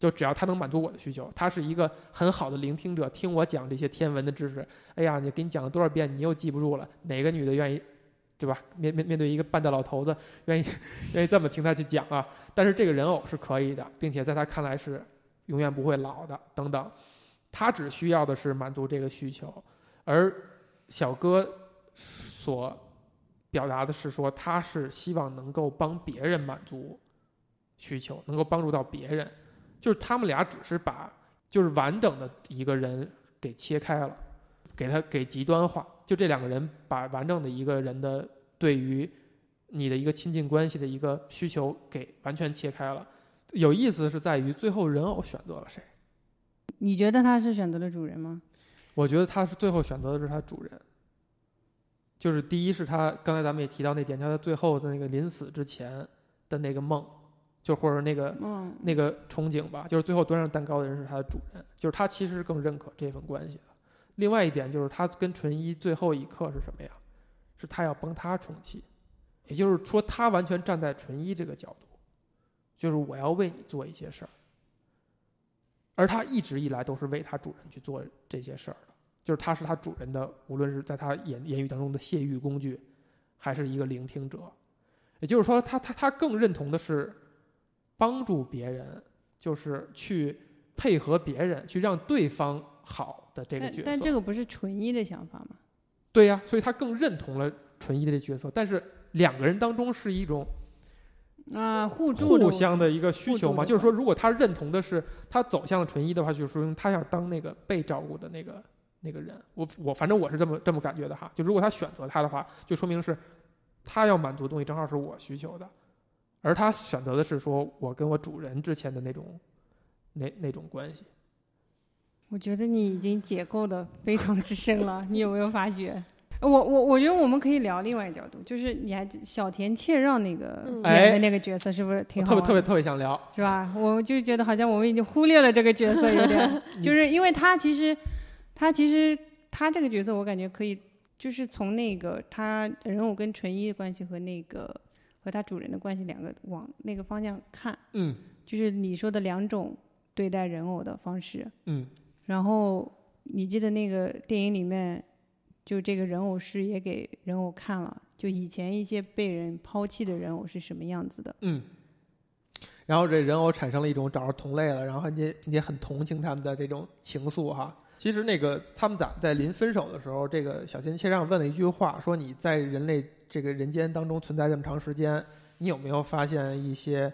Speaker 1: 就只要他能满足我的需求，他是一个很好的聆听者，听我讲这些天文的知识，哎呀，你给你讲了多少遍，你又记不住了。哪个女的愿意，对吧？面面面对一个半大老头子，愿意 [LAUGHS] 愿意这么听他去讲啊？但是这个人偶是可以的，并且在他看来是永远不会老的，等等。他只需要的是满足这个需求，而小哥所表达的是说，他是希望能够帮别人满足需求，能够帮助到别人。就是他们俩只是把就是完整的一个人给切开了。给他给极端化，就这两个人把完整的一个人的对于你的一个亲近关系的一个需求给完全切开了。有意思是在于最后人偶选择了谁，
Speaker 3: 你觉得他是选择了主人吗？
Speaker 1: 我觉得他是最后选择的是他主人，就是第一是他刚才咱们也提到那点，他最后的那个临死之前的那个梦，就或者那个
Speaker 3: 嗯，
Speaker 1: 那个憧憬吧，就是最后端上蛋糕的人是他的主人，就是他其实更认可这份关系的。另外一点就是他跟纯一最后一刻是什么呀？是他要帮他充气，也就是说他完全站在纯一这个角度，就是我要为你做一些事儿，而他一直以来都是为他主人去做这些事儿的，就是他是他主人的，无论是在他言言语当中的泄欲工具，还是一个聆听者，也就是说他他他更认同的是帮助别人，就是去配合别人去让对方好的这个
Speaker 3: 但
Speaker 1: 角色。
Speaker 3: 但这个不是纯一的想法吗？
Speaker 1: 对呀、所以他更认同了纯一的这角色，但是两个人当中是一种
Speaker 3: 啊，互助
Speaker 1: 互
Speaker 3: 的我
Speaker 1: 相的一个需
Speaker 3: 互
Speaker 1: 求
Speaker 3: 助
Speaker 1: 嘛，
Speaker 3: 的
Speaker 1: 就是说，
Speaker 3: 关系
Speaker 1: 如果他认同的是他走向了纯一的话，就是说他要当那个被照顾的那个那个人。我我反正我是这么这么感觉的哈，就如果他选择他的话，就说明是他要满足的东西正好是我需求的，而他选择的是说我跟我主人之前的那种那那种关系。
Speaker 3: 我觉得你已经解构的非常之深了，你有没有发觉？我我我觉得我们可以聊另外一个角度，就是你还记小田切让那个
Speaker 2: 嗯
Speaker 3: 演
Speaker 1: 哎
Speaker 3: 的那个角色是不是
Speaker 1: 我
Speaker 3: 挺好
Speaker 1: 特别
Speaker 3: 玩的？
Speaker 1: 特别特别想聊，
Speaker 3: 是吧？我就觉得好像我们已经忽略了这个角色，有
Speaker 1: [LAUGHS]
Speaker 3: 点，就是因为他其实，他其实他这个角色，我感觉可以，就是从那个他人物跟纯一的关系和那个和他主人的关系两个往那个方向看，
Speaker 1: 嗯
Speaker 3: 就是你说的两种对待人偶的方式。
Speaker 1: 嗯，
Speaker 3: 然后你记得那个电影里面，就这个人偶师也给人偶看了，就以前一些被人抛弃的人偶是什么样子的。
Speaker 1: 嗯。然后这人偶产生了一种找着同类了，然后还也也很同情他们的这种情愫哈。其实那个他们咋在临分手的时候，这个小田切让问了一句话，说你在人类这个人间当中存在这么长时间，你有没有发现一些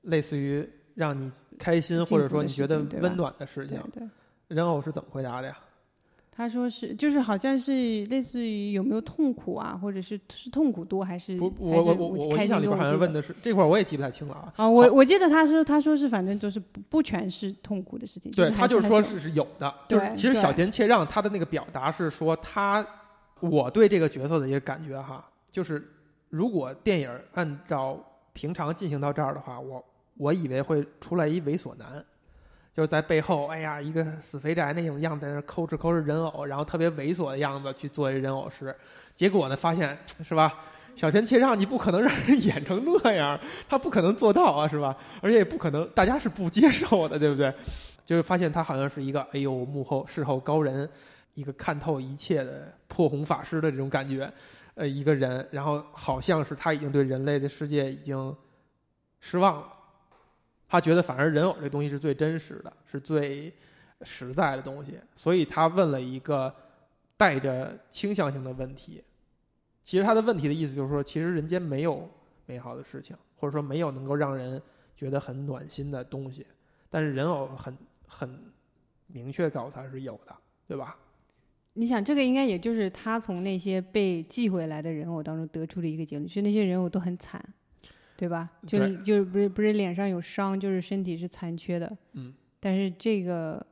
Speaker 1: 类似于让你开心
Speaker 3: 幸
Speaker 1: 或者
Speaker 3: 福
Speaker 1: 说
Speaker 3: 的
Speaker 1: 你
Speaker 3: 事
Speaker 1: 觉得
Speaker 3: 情对吧
Speaker 1: 温暖的事情
Speaker 3: 对？对。
Speaker 1: 人偶是怎么回答的呀？
Speaker 3: 他说是，就是好像是类似于有没有痛苦啊，或者是是痛苦多还是
Speaker 1: 不，
Speaker 3: 还
Speaker 1: 我
Speaker 3: 是
Speaker 1: 我我我
Speaker 3: 开
Speaker 1: 印
Speaker 3: 心
Speaker 1: 象里
Speaker 3: 多
Speaker 1: 边好
Speaker 3: 我记
Speaker 1: 像
Speaker 3: 得
Speaker 1: 问的是这块，我也记不太清了啊。
Speaker 3: 啊，我我记得他说他说是反正就是不不全是痛苦的事情，
Speaker 1: 对
Speaker 3: 是
Speaker 1: 他
Speaker 3: 还
Speaker 1: 就是
Speaker 3: 还
Speaker 1: 说
Speaker 3: 是
Speaker 1: 是是有的，就是
Speaker 3: 对
Speaker 1: 其实
Speaker 3: 对
Speaker 1: 小田切让他的那个表达是说他我对这个角色的一个感觉哈，就是如果电影按照平常进行到这儿的话，我我以为会出来一猥琐男。就是在背后，哎呀，一个死肥宅那种样子，在那儿抠哧抠哧人偶，然后特别猥琐的样子去做一人偶师。结果呢，发现是吧？小田切让你不可能让人 [LAUGHS] 演成那样，他不可能做到啊，是吧？而且也不可能，大家是不接受的，对不对？就是发现他好像是一个哎呦幕后事后高人，一个看透一切的破红法师的这种感觉，呃，一个人，然后好像是他已经对人类的世界已经失望了，他觉得反而人偶这东西是最真实的，是最实在的东西，所以他问了一个带着倾向性的问题。其实他的问题的意思就是说，其实人间没有美好的事情，或者说没有能够让人觉得很暖心的东西，但是人偶很很明确告诉他是有的，对吧？
Speaker 3: 你想这个应该也就是他从那些被寄回来的人偶当中得出的一个结论，就是那些人偶都很惨，对吧？就
Speaker 1: 对
Speaker 3: 是就是不是不是脸上有伤，就是身体是残缺的，
Speaker 1: 嗯，
Speaker 3: 但是这个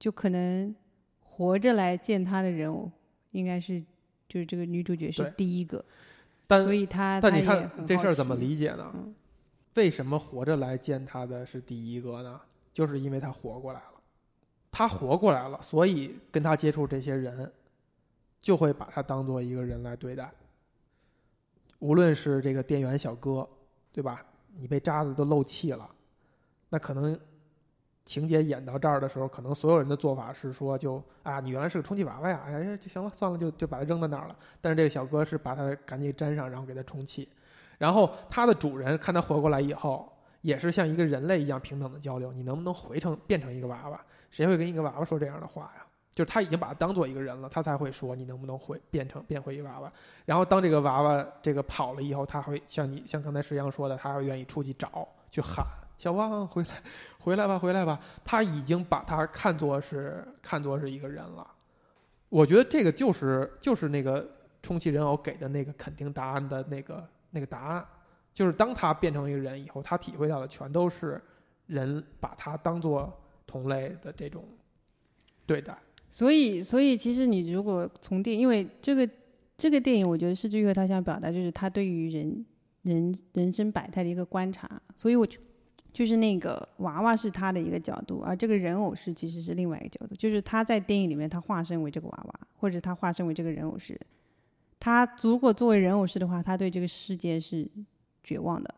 Speaker 3: 就可能活着来见他的人偶应该是就是这个女主角
Speaker 1: 对
Speaker 3: 是第一个，
Speaker 1: 但
Speaker 3: 所以她
Speaker 1: 但
Speaker 3: 她
Speaker 1: 你
Speaker 3: 也
Speaker 1: 看
Speaker 3: 很
Speaker 1: 这
Speaker 3: 好
Speaker 1: 事儿怎
Speaker 3: 奇
Speaker 1: 么理解呢？
Speaker 3: 嗯
Speaker 1: 为什么活着来见他的是第一个呢？就是因为他活过来了，他活过来了，所以跟他接触这些人，就会把他当做一个人来对待。无论是这个店员小哥，对吧？你被渣子都漏气了，那可能情节演到这儿的时候，可能所有人的做法是说就，啊，你原来是个充气娃娃呀，哎呀，就行了，算了，就就把它扔在那儿了。但是这个小哥是把它赶紧粘上，然后给它充气。然后它的主人看它活过来以后，也是像一个人类一样平等的交流，你能不能回成变成一个娃娃？谁会跟一个娃娃说这样的话呀？就是他已经把它当做一个人了，他才会说你能不能回变成变回一个娃娃。然后当这个娃娃这个跑了以后，他会像你像刚才石阳说的，他会愿意出去找去喊小旺回来，回来吧，回来吧。他已经把它看作是看作是一个人了。我觉得这个就是就是那个充气人偶给的那个肯定答案的那个那个答案，就是当他变成一个人以后，他体会到的全都是人把他当做同类的这种对待。
Speaker 3: 所以，所以其实你如果从电，因为这个这个电影，我觉得是这个他想表达就是他对于人人人生百态的一个观察，所以我就就是那个娃娃是他的一个角度，而这个人偶是其实是另外一个角度，就是他在电影里面他化身为这个娃娃，或者他化身为这个人偶师，他如果作为人偶师的话，他对这个世界是绝望的，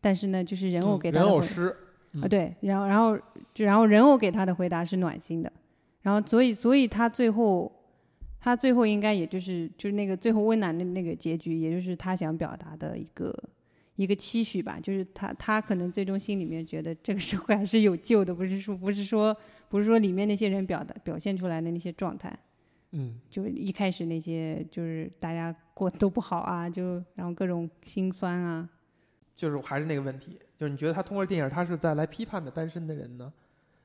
Speaker 3: 但是呢，就是人偶给他
Speaker 1: 嗯人
Speaker 3: 的
Speaker 1: 偶
Speaker 3: 回
Speaker 1: 师，
Speaker 3: 啊，对，然后然后就然后人偶给他的回答是暖心的，然后所以所以他最后他最后应该也就是就是那个最后温暖的那个结局，也就是他想表达的一个一一个期许吧，就是他他可能最终心里面觉得这个社会还是有救的，不是说不是说不是说里面那些人表达表现出来的那些状态，
Speaker 1: 嗯，
Speaker 3: 就是一开始那些就是大家过得都不好啊，就然后各种心酸啊，
Speaker 1: 就是我还是那个问题，就是你觉得他通过电影，他是在来批判的单身的人呢，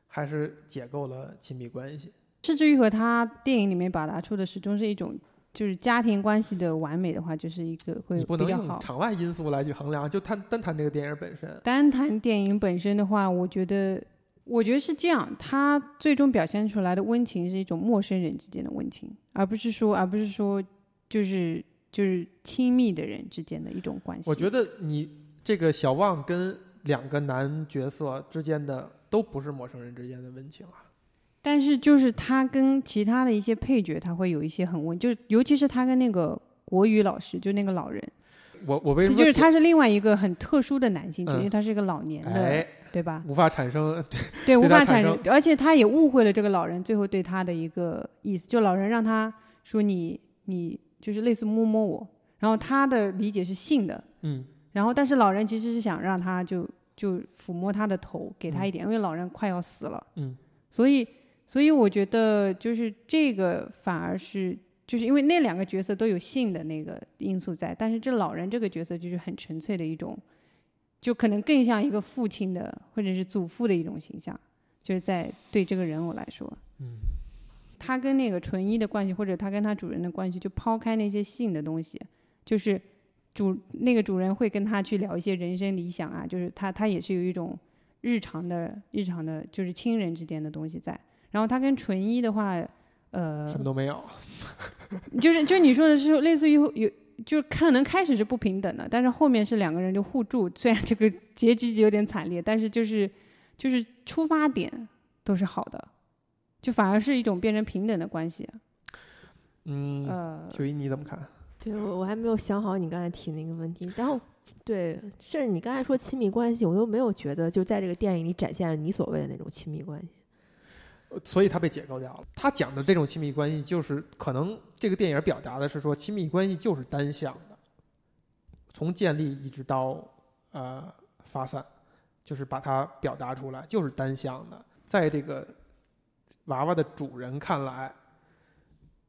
Speaker 1: 还是解构了亲密关系？
Speaker 3: 是至于和他电影里面表达出的始终是一种就是家庭关系的完美的话，就是一个会
Speaker 1: 你不
Speaker 3: 比
Speaker 1: 能
Speaker 3: 较
Speaker 1: 用
Speaker 3: 好。
Speaker 1: 场外因素来去衡量，就谈单谈这个电影本身。
Speaker 3: 单谈电影本身的话，我觉得，我觉得是这样，它最终表现出来的温情是一种陌生人之间的温情，而不是说，而不是说，就是就是亲密的人之间的一种关系。
Speaker 1: 我觉得你这个小旺跟两个男角色之间的都不是陌生人之间的温情啊。
Speaker 3: 但是就是他跟其他的一些配角，他会有一些很温，就是尤其是他跟那个国语老师，就那个老人，
Speaker 1: 我我为
Speaker 3: 他
Speaker 1: 什么
Speaker 3: 就是
Speaker 1: 解
Speaker 3: 他是另外一个很特殊的男性角色，
Speaker 1: 嗯
Speaker 3: 因为他是一个老年的，
Speaker 1: 哎
Speaker 3: 对吧？
Speaker 1: 无法产生
Speaker 3: 对，无
Speaker 1: 对他
Speaker 3: 法
Speaker 1: 产
Speaker 3: 产生，而且他也误会了这个老人最后对他的一个意思，就老人让他说你你就是类似摸摸我，然后他的理解是性的，
Speaker 1: 嗯
Speaker 3: 然后但是老人其实是想让他就就抚摸他的头，给他一点，因为老人快要死了，
Speaker 1: 嗯，
Speaker 3: 所以所以我觉得就是这个反而是。就是因为那两个角色都有性的那个因素在，但是这老人这个角色就是很纯粹的一种，就可能更像一个父亲的或者是祖父的一种形象。就是在对这个人偶来说，
Speaker 1: 嗯，
Speaker 3: 他跟那个纯一的关系，或者他跟他主人的关系，就抛开那些性的东西，就是主那个主人会跟他去聊一些人生理想啊，就是他他也是有一种日常的日常的，就是亲人之间的东西在。然后他跟纯一的话，呃
Speaker 1: 什，么都没有。
Speaker 3: 就是就是你说的是类似于有。就是可能开始是不平等的，但是后面是两个人就互助，虽然这个结局有点惨烈，但是就是就是出发点都是好的，就反而是一种变成平等的关系。啊
Speaker 1: 嗯，
Speaker 3: 呃，
Speaker 1: 九一你怎么看？
Speaker 2: 对我我还没有想好你刚才提那个问题，然后对，甚至你刚才说亲密关系，我都没有觉得就在这个电影里展现了你所谓的那种亲密关系。
Speaker 1: 呃所以他被解构掉了。他讲的这种亲密关系，就是可能这个电影表达的是说，亲密关系就是单向的，从建立一直到呃发散，就是把它表达出来，就是单向的。在这个娃娃的主人看来，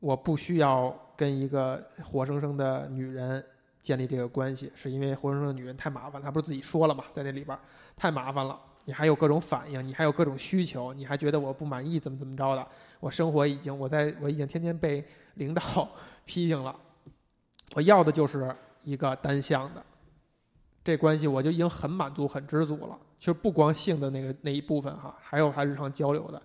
Speaker 1: 我不需要跟一个活生生的女人建立这个关系，是因为活生生的女人太麻烦了。他不是自己说了嘛，在那里边儿太麻烦了。你还有各种反应，你还有各种需求，你还觉得我不满意，怎么怎么着的？我生活已经，我在我已经天天被领导 [LAUGHS] 批评了，我要的就是一个单向的，这关系我就已经很满足、很知足了。其实不光性的那个那一部分哈，还有他日常交流的，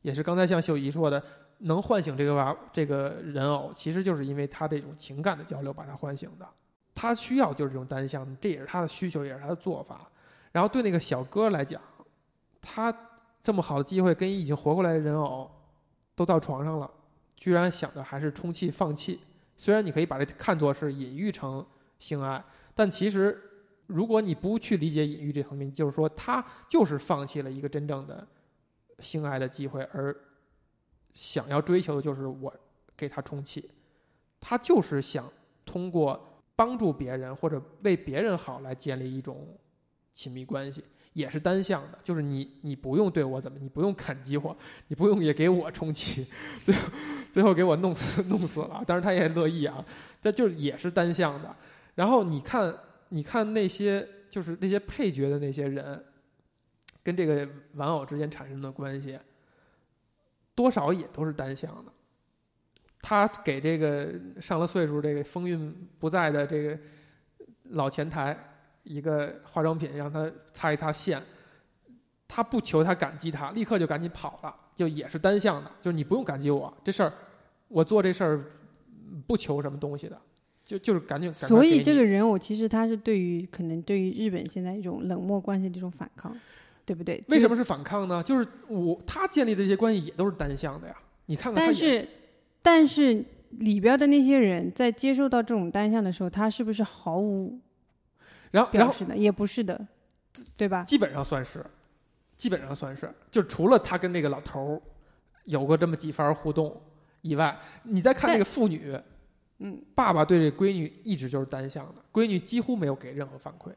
Speaker 1: 也是刚才像秀仪说的，能唤醒这个娃这个人偶，其实就是因为他这种情感的交流把他唤醒的。他需要就是这种单向，这也是他的需求，也是他的做法。然后对那个小哥来讲，他这么好的机会跟已经活过来的人偶都到床上了，居然想的还是充气放气。虽然你可以把这看作是隐喻成性爱，但其实如果你不去理解隐喻这层面，就是说他就是放弃了一个真正的性爱的机会，而想要追求的就是我给他充气，他就是想通过帮助别人或者为别人好来建立一种亲密关系，也是单向的，就是你你不用对我怎么，你不用砍击我，你不用也给我充气，最后最后给我弄死弄死了，当然他也乐意啊，但就是也是单向的。然后你看你看那些就是那些配角的那些人，跟这个玩偶之间产生的关系，多少也都是单向的。他给这个上了岁数、这个风韵不在的这个老前台一个化妆品，让他擦一擦线。他不求他感激他，立刻就赶紧跑了，就也是单向的，就是你不用感激我这事儿，我做这事儿嗯不求什么东西的，就就是感觉。赶快
Speaker 3: 所
Speaker 1: 给
Speaker 3: 以
Speaker 1: 你
Speaker 3: 这个人偶其实他是对于可能对于日本现在一种冷漠关系的一种反抗，对不对？
Speaker 1: 为什
Speaker 3: 么？
Speaker 1: 么是反抗呢？就是我他建立的这些关系也都是单向的呀。你看看他也，
Speaker 3: 但是但是里边的那些人在接受到这种单向的时候，他是不是毫无
Speaker 1: 然后然
Speaker 3: 表
Speaker 1: 后
Speaker 3: 示呢？也不是的，对吧？
Speaker 1: 基本上算是，基本上算是，就除了他跟那个老头儿有过这么几番互动以外，你再看那个妇女，
Speaker 3: 嗯，
Speaker 1: 爸爸对这闺女一直就是单向的，闺女几乎没有给任何反馈，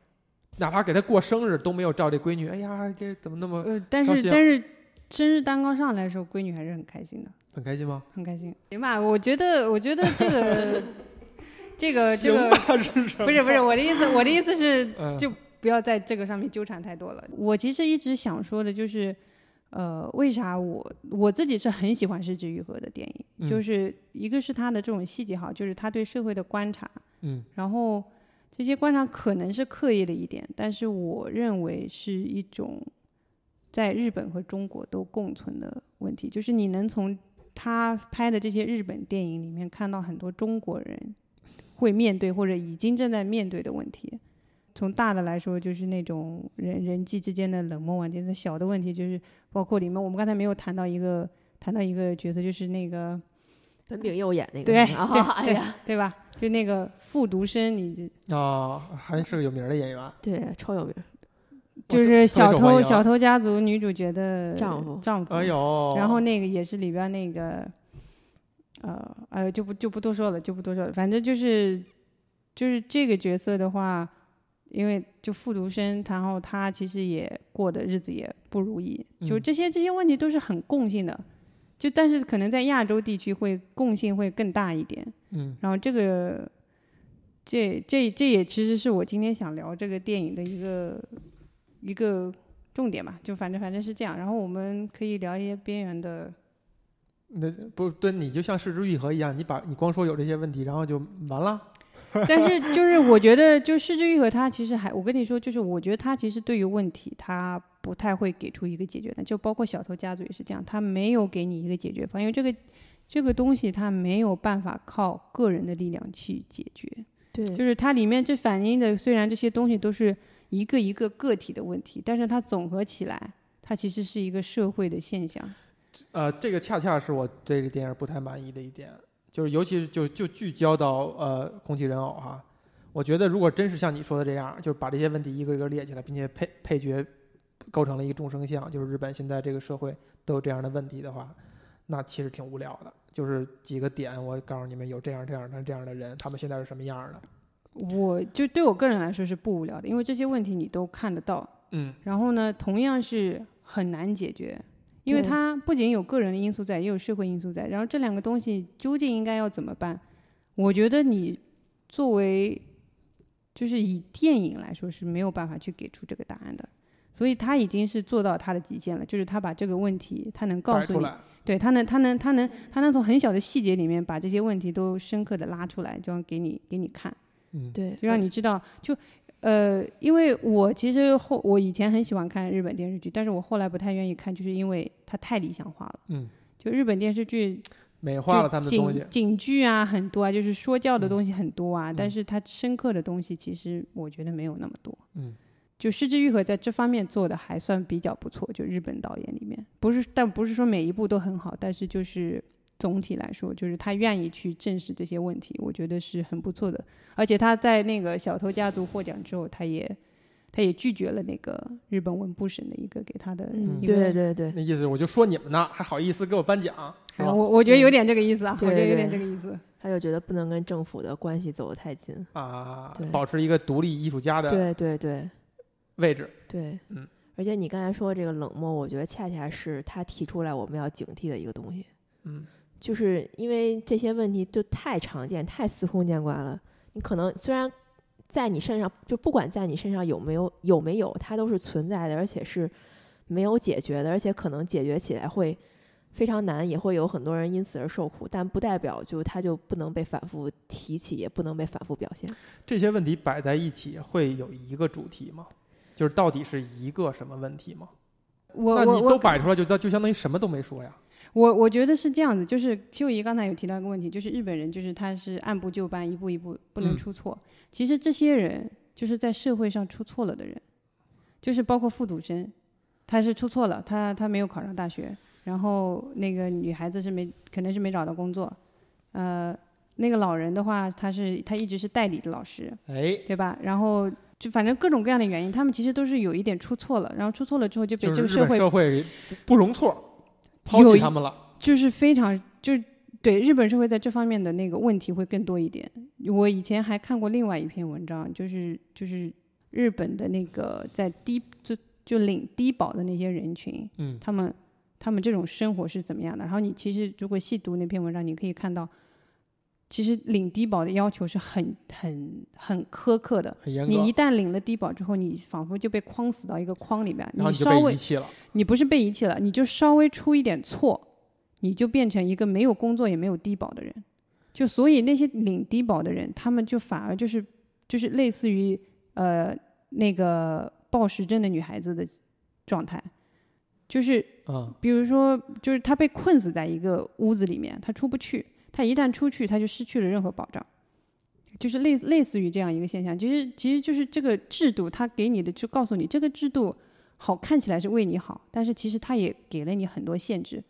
Speaker 1: 哪怕给他过生日都没有照这闺女，哎呀，这怎么那么
Speaker 3: 呃，但
Speaker 1: 高
Speaker 3: 是
Speaker 1: 兴啊
Speaker 3: 但是生日蛋糕上来的时候，闺女还是很开心的，
Speaker 1: 很开心吗？
Speaker 3: 很开心。行吧，我觉得我觉得
Speaker 1: [LAUGHS]
Speaker 3: 这个这个这
Speaker 1: 行
Speaker 3: 个
Speaker 1: 吧，是什么
Speaker 3: 不是不是我的意思，我的意思是
Speaker 1: 嗯
Speaker 3: 就不要在这个上面纠缠太多了。我其实一直想说的就是，呃，为啥我我自己是很喜欢失之愈合的电影，
Speaker 1: 嗯
Speaker 3: 就是一个是他的这种细节好，就是他对社会的观察，
Speaker 1: 嗯，
Speaker 3: 然后这些观察可能是刻意了一点，但是我认为是一种在日本和中国都共存的问题，就是你能从他拍的这些日本电影里面看到很多中国人会面对或者已经正在面对的问题。从大的来说，就是那种人人际之间的冷漠问题；那小的问题就是包括里面我们刚才没有谈到一个谈到一个角色，就是那个
Speaker 2: 本秉佑演那个，
Speaker 3: 对
Speaker 2: 啊
Speaker 3: 对
Speaker 2: [LAUGHS] 哎呀，
Speaker 3: 对吧？就那个复读生，你这
Speaker 1: 啊，还是个有名儿的演员，
Speaker 2: 对，超有名儿，
Speaker 1: 我
Speaker 3: 就
Speaker 1: 特
Speaker 3: 是小
Speaker 1: 特别受欢
Speaker 3: 偷
Speaker 1: 迎啊
Speaker 3: 小偷家族女主角的
Speaker 2: 丈夫
Speaker 3: 丈夫。
Speaker 1: 哎呦，
Speaker 3: 然后那个也是里边那个，呃，哎呦，就不就不多说了，就不多说了。反正就是就是这个角色的话，因为就复读生，然后他其实也过的日子也不如意，就
Speaker 1: 嗯
Speaker 3: 这些这些问题都是很共性的。就但是可能在亚洲地区会共性会更大一点，
Speaker 1: 嗯
Speaker 3: 然后这个，这这这也其实是我今天想聊这个电影的一个一个重点吧，就反正反正是这样。然后我们可以聊一些边缘的，
Speaker 1: 那不对，你就像失之愈合一样，你把你光说有这些问题，然后就完了。
Speaker 3: 但是就是我觉得，就失之愈合他其实还，我跟你说，就是我觉得他其实对于问题他不太会给出一个解决的，就包括小偷家族也是这样，他没有给你一个解决方案，因为这个这个东西他没有办法靠个人的力量去解决。
Speaker 2: 对，
Speaker 3: 就是它里面这反映的，虽然这些东西都是一个一个个体的问题，但是它总合起来，它其实是一个社会的现象。
Speaker 1: 呃，这个恰恰是我对这个电影不太满意的一点，就是尤其是就就聚焦到呃空气人偶哈，我觉得如果真是像你说的这样，就是把这些问题一个一个列起来，并且配配角构成了一个众生相，就是日本现在这个社会都有这样的问题的话，那其实挺无聊的。就是几个点，我告诉你们有这样这样的这样的人，他们现在是什么样的？
Speaker 3: 我就对我个人来说是不无聊的，因为这些问题你都看得到，
Speaker 1: 嗯，
Speaker 3: 然后呢，同样是很难解决，因为
Speaker 2: 对
Speaker 3: 它
Speaker 1: 嗯
Speaker 3: 不仅有个人的因素在，也有社会因素在。然后这两个东西究竟应该要怎么办？我觉得你作为就是以电影来说是没有办法去给出这个答案的，所以他已经是做到他的极限了，就是他把这个问题他能告
Speaker 1: 摆
Speaker 3: 诉
Speaker 1: 出
Speaker 3: 你，
Speaker 1: 来，
Speaker 3: 对他能他能他能他能从很小的细节里面把这些问题都深刻的拉出来，这样给你给你看。
Speaker 1: 嗯，
Speaker 2: 对，
Speaker 3: 就让你知道，就呃，因为我其实后我以前很喜欢看日本电视剧，但是我后来不太愿意看，就是因为它太理想化了。
Speaker 1: 嗯，
Speaker 3: 就日本电视剧
Speaker 1: 美
Speaker 3: 就
Speaker 1: 化了他们的东西
Speaker 3: 警。警句啊很多啊，就是说教的东西很多啊，
Speaker 1: 嗯
Speaker 3: 但是它深刻的东西其实我觉得没有那么多。
Speaker 1: 嗯，
Speaker 3: 就《失之愈合》在这方面做的还算比较不错，就日本导演里面，不是但不是说每一部都很好，但是就是总体来说，就是他愿意去正视这些问题，我觉得是很不错的。而且他在那个《小偷家族》获奖之后，他也他也拒绝了那个日本文部省的一个给他的
Speaker 2: 嗯，
Speaker 3: 一个。
Speaker 2: 对对对，
Speaker 1: 那意思我就说你们呢，还好意思给我颁奖？是
Speaker 3: 哎
Speaker 1: 吧
Speaker 3: 我我觉得有点这个意思啊，
Speaker 2: 对
Speaker 3: 我觉得有点
Speaker 2: 对
Speaker 3: 这个意思。
Speaker 2: 他就觉得不能跟政府的关系走得太近，
Speaker 1: 啊
Speaker 2: 对，
Speaker 1: 保持一个独立艺术家的
Speaker 2: 对对对
Speaker 1: 位置。
Speaker 2: 对，
Speaker 1: 嗯，
Speaker 2: 而且你刚才说这个冷漠，我觉得恰恰是他提出来我们要警惕的一个东西，
Speaker 1: 嗯，
Speaker 2: 就是因为这些问题就太常见、太司空见惯了，你可能虽然。在你身上，就不管在你身上有没有有没有，它都是存在的，而且是没有解决的，而且可能解决起来会非常难，也会有很多人因此而受苦，但不代表就它就不能被反复提起，也不能被反复表现。
Speaker 1: 这些问题摆在一起会有一个主题吗？就是到底是一个什么问题吗？
Speaker 3: 我
Speaker 1: 那
Speaker 3: 我
Speaker 1: 你都
Speaker 3: 我
Speaker 1: 摆出来就，就就相当于什么都没说呀。
Speaker 3: 我我觉得是这样子，就是秀姨刚才有提到一个问题，就是日本人就是他是按部就班，一步一步不能
Speaker 1: 嗯
Speaker 3: 出错。其实这些人就是在社会上出错了的人，就是包括复读生，他是出错了，他他没有考上大学，然后那个女孩子是没可能是没找到工作，呃，那个老人的话，他是他一直是代理的老师，
Speaker 1: 哎，
Speaker 3: 对吧？然后就反正各种各样的原因，他们其实都是有一点出错了，然后出错了之后就被
Speaker 1: 就
Speaker 3: 这
Speaker 1: 是日
Speaker 3: 个社
Speaker 1: 本
Speaker 3: 会
Speaker 1: 社会不不容错，抛
Speaker 3: 有
Speaker 1: 弃
Speaker 3: 一
Speaker 1: 他们了。
Speaker 3: 就是非常就是对日本社会在这方面的那个问题会更多一点。我以前还看过另外一篇文章，就是就是日本的那个在低就就领低保的那些人群，
Speaker 1: 嗯
Speaker 3: 他们他们这种生活是怎么样的？然后你其实如果细读那篇文章，你可以看到，其实领低保的要求是很很很苛刻的。
Speaker 1: 很严格，
Speaker 3: 你一旦领了低保之后，你仿佛就被框死到一个框里边，
Speaker 1: 然后
Speaker 3: 你
Speaker 1: 你就
Speaker 3: 稍
Speaker 1: 被
Speaker 3: 微
Speaker 1: 遗弃了。
Speaker 3: 你不是被遗弃了，你就稍微出一点错，你就变成一个没有工作也没有低保的人。就所以那些领低保的人，他们就反而就是就是类似于呃那个暴食症的女孩子的状态，就是
Speaker 1: 嗯，
Speaker 3: 比如说就是她被困死在一个屋子里面，她出不去，她一旦出去，她就失去了任何保障。就是类类似于这样一个现象，其实其实就是这个制度，它给你的就告诉你，这个制度好看起来是为你好，但是其实它也给了你很多限制。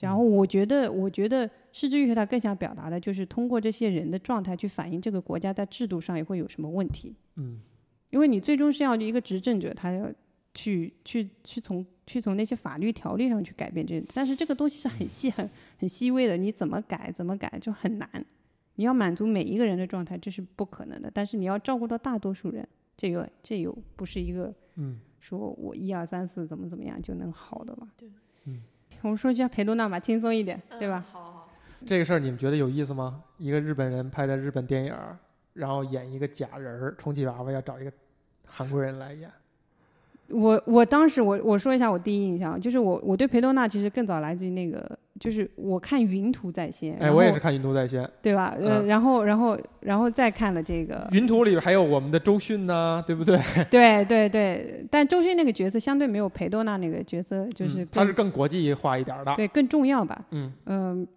Speaker 3: 然后我觉得，我觉得失之愈合他更想表达的就是通过这些人的状态去反映这个国家在制度上也会有什么问题。
Speaker 1: 嗯，
Speaker 3: 因为你最终是要一个执政者，他要去去去从去从那些法律条例上去改变这，但是这个东西是很细很很细微的，你怎么改怎么改就很难。你要满足每一个人的状态，这是不可能的。但是你要照顾到大多数人，这个这又不是一个，
Speaker 1: 嗯，
Speaker 3: 说我一二三四怎么怎么样就能好的吧？对，
Speaker 1: 嗯，
Speaker 3: 我们说一下裴多娜吧，轻松一点，对吧？
Speaker 2: 嗯好好，
Speaker 1: 这个事儿你们觉得有意思吗？一个日本人拍的日本电影儿，然后演一个假人儿，充气娃娃要找一个韩国人来演。
Speaker 3: 我我当时我我说一下我第一印象，就是我我对裴多娜其实更早来自于那个，就是我看《云图在先》，
Speaker 1: 哎，
Speaker 3: 然
Speaker 1: 我也
Speaker 3: 后
Speaker 1: 是看《云图在先》，《
Speaker 3: 对吧？呃，
Speaker 1: 嗯
Speaker 3: 然后然后然后再看了这个，
Speaker 1: 云图》里边还有我们的周迅呢，对不对？
Speaker 3: 对对对，但周迅那个角色相对没有裴多娜那个角色就是
Speaker 1: 嗯他
Speaker 3: 更、
Speaker 1: 是更国际化一点儿的。
Speaker 3: 对更重要吧，
Speaker 1: 嗯
Speaker 3: 嗯，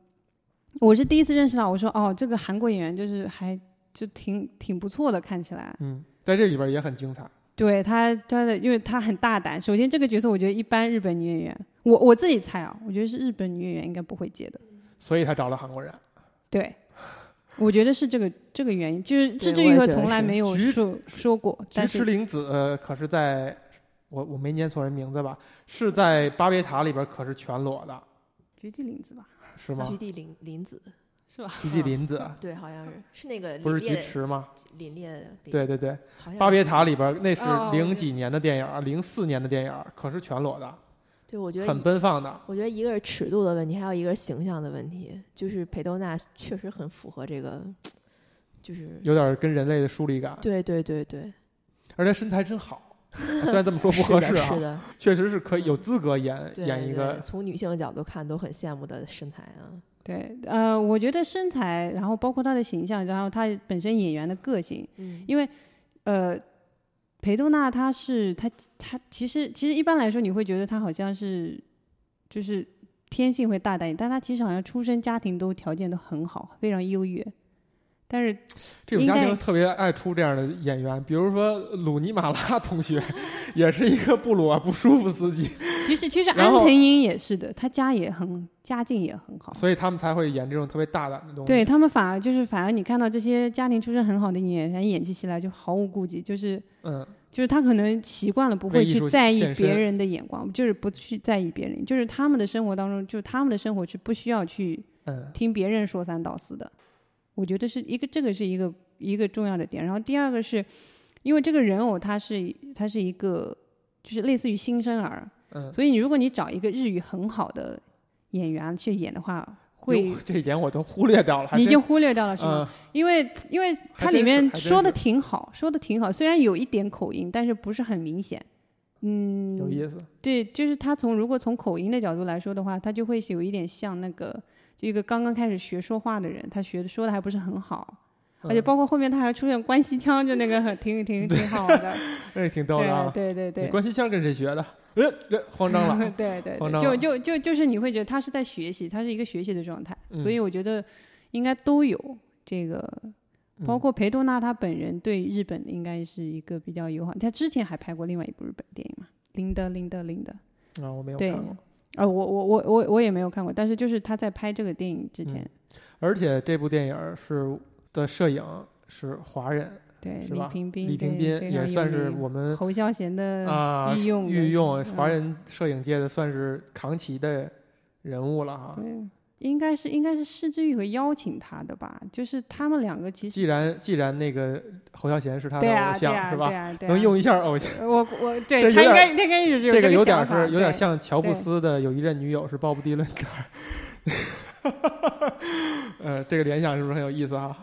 Speaker 3: 我是第一次认识到，我说哦，这个韩国演员就是还就挺挺不错的，看起来，
Speaker 1: 嗯，在这里边也很精彩。
Speaker 3: 对他，他的，因为他很大胆。首先，这个角色我觉得一般日本女演员，我我自己猜啊，我觉得是日本女演员应该不会接的。
Speaker 1: 所以他找了韩国人。
Speaker 3: 对，我觉得是这个这个原因，就是
Speaker 2: 对
Speaker 3: 志志
Speaker 2: 我
Speaker 3: 愈
Speaker 2: 也
Speaker 3: 合
Speaker 2: 觉得
Speaker 3: 从来
Speaker 2: 是
Speaker 3: 没有
Speaker 1: 菊
Speaker 3: 说说过，
Speaker 1: 菊
Speaker 3: 但
Speaker 1: 池
Speaker 3: 是
Speaker 1: 玲子呃可是在，我我没念错人名字吧？是在巴别塔里边可是全裸的，
Speaker 3: 菊地凛子吧，
Speaker 1: 是吗
Speaker 2: 菊？地林林子，
Speaker 3: 是吧？
Speaker 1: 菊地凛子
Speaker 2: 对，好像是是那个
Speaker 1: 不是
Speaker 2: 凛
Speaker 1: 菊
Speaker 2: 冽
Speaker 1: 池吗？
Speaker 2: 的凛冽的，，
Speaker 1: 对对对，
Speaker 2: 好像
Speaker 1: 巴
Speaker 2: 是
Speaker 1: 别塔里边那是
Speaker 3: 哦
Speaker 1: 零几年的电影儿，零四年的电影儿，可是全裸的，
Speaker 2: 对，我觉得
Speaker 1: 很奔放的。
Speaker 2: 我觉得一个是尺度的问题，还有一个是形象的问题。就是裴斗娜确实很符合这个，就是
Speaker 1: 有点跟人类的疏离感，
Speaker 2: 对对对对，
Speaker 1: 而且身材真好。 [LAUGHS] 虽然这么说不合适
Speaker 2: 是的，
Speaker 1: 啊
Speaker 2: 是，的，
Speaker 1: 确实是可以有资格演
Speaker 2: 对
Speaker 1: 演一
Speaker 2: 对
Speaker 1: 个
Speaker 2: 从女性的角度看都很羡慕的身材啊。
Speaker 3: 对，呃，我觉得身材，然后包括她的形象，然后她本身演员的个性，
Speaker 2: 嗯，
Speaker 3: 因为呃，裴多娜她是她她其实其实一般来说你会觉得她好像是就是天性会大胆一点，但她其实好像出身家庭都条件都很好，非常优越。但是
Speaker 1: 这种家
Speaker 3: 应
Speaker 1: 庭
Speaker 3: 该
Speaker 1: 特别爱出这样的演员，比如说鲁尼马拉同学，
Speaker 3: [LAUGHS]
Speaker 1: 也是一个不裸啊不舒服司机，
Speaker 3: 其实其实
Speaker 1: 然
Speaker 3: 安
Speaker 1: 后
Speaker 3: 藤英也是的，她家也很家境也很好，
Speaker 1: 所以他们才会演这种特别大胆的东西。
Speaker 3: 对他们反而就是反而你看到这些家庭出身很好的演员演起戏来就毫无顾忌，就是
Speaker 1: 嗯，
Speaker 3: 就是他可能习惯了，不
Speaker 1: 为
Speaker 3: 会
Speaker 1: 艺
Speaker 3: 去
Speaker 1: 术
Speaker 3: 在意
Speaker 1: 献
Speaker 3: 别
Speaker 1: 身
Speaker 3: 人的眼光，就是不去在意别人，就是他们的生活当中，就他们的生活是不需要去
Speaker 1: 嗯
Speaker 3: 听别人说三道四的。我觉得是一个，这个是一个一个重要的点。然后第二个是，因为这个人偶他是他是一个就是类似于新生儿，
Speaker 1: 嗯，
Speaker 3: 所以你如果你找一个日语很好的演员去演的话，会
Speaker 1: 哟这一点我都忽略掉了，还
Speaker 3: 你已
Speaker 1: 真
Speaker 3: 经忽略掉了是吗？
Speaker 1: 嗯
Speaker 3: 因为因为它
Speaker 1: 真
Speaker 3: 里
Speaker 1: 是
Speaker 3: 面
Speaker 1: 还真
Speaker 3: 说的
Speaker 1: 是
Speaker 3: 挺好，说的挺好，虽然有一点口音，但是不是很明显。嗯，
Speaker 1: 有意思，
Speaker 3: 对，就是他从如果从口音的角度来说的话，他就会有一点像那个就一个刚刚开始学说话的人，他学的说的还不是很好，而且
Speaker 1: 嗯
Speaker 3: 包括后面他还出现关西腔，就那个很挺挺挺好玩
Speaker 1: [LAUGHS]
Speaker 3: 的，
Speaker 1: 这挺逗
Speaker 3: 对
Speaker 1: 的啊
Speaker 3: 啊。对对
Speaker 1: 你
Speaker 3: 对。。
Speaker 1: 关西腔跟谁学的？呃，这慌张了
Speaker 3: [LAUGHS]
Speaker 1: [LAUGHS]
Speaker 3: 对对
Speaker 1: 慌
Speaker 3: 对，
Speaker 1: 张
Speaker 3: 就
Speaker 1: 了
Speaker 3: 就就就是你会觉得他是在学习，他是一个学习的状态，所
Speaker 1: 嗯
Speaker 3: 以我觉得应该都有这个包
Speaker 1: 嗯
Speaker 3: 括裴多娜她本人对日本应该是一个比较友好。她之前还拍过另外一部日本电影嘛，《林德林德林德》。
Speaker 1: 啊，我没有
Speaker 3: 对
Speaker 1: 看过。
Speaker 3: 啊，我我我我我也没有看过，但是就是她在拍这个电影
Speaker 1: 嗯
Speaker 3: 之前，
Speaker 1: 而且这部电影是的摄影是华人
Speaker 3: 对
Speaker 1: 是
Speaker 3: 李
Speaker 1: 吧
Speaker 3: 平斌，
Speaker 1: 李平斌，
Speaker 3: 对非
Speaker 1: 也
Speaker 3: 常有
Speaker 1: 算是
Speaker 3: 名
Speaker 1: 我们
Speaker 3: 侯孝贤的嗯
Speaker 1: 啊
Speaker 3: 御用的
Speaker 1: 御用华
Speaker 3: 嗯
Speaker 1: 人摄影界的算是扛旗的人物了哈。
Speaker 3: 嗯对，应该是应该是释之玉和邀请他的吧，就是他们两个其实
Speaker 1: 既然既然那个侯孝贤是他的
Speaker 3: 对
Speaker 1: 偶
Speaker 3: 啊对
Speaker 1: 像、
Speaker 3: 啊
Speaker 1: 是
Speaker 3: 对
Speaker 1: 吧？
Speaker 3: 啊对啊，
Speaker 1: 能用一下偶像，
Speaker 3: 呃我我
Speaker 1: 这
Speaker 3: 对
Speaker 1: 有
Speaker 3: 他
Speaker 1: 点
Speaker 3: 应该他应该是
Speaker 1: 这
Speaker 3: 个
Speaker 1: 有点
Speaker 3: 想法
Speaker 1: 是有点
Speaker 3: 对
Speaker 1: 像乔布
Speaker 3: 对
Speaker 1: 斯的有一任女友 [LAUGHS] 是鲍勃迪伦的，呃，这个联想是不是很有意思哈、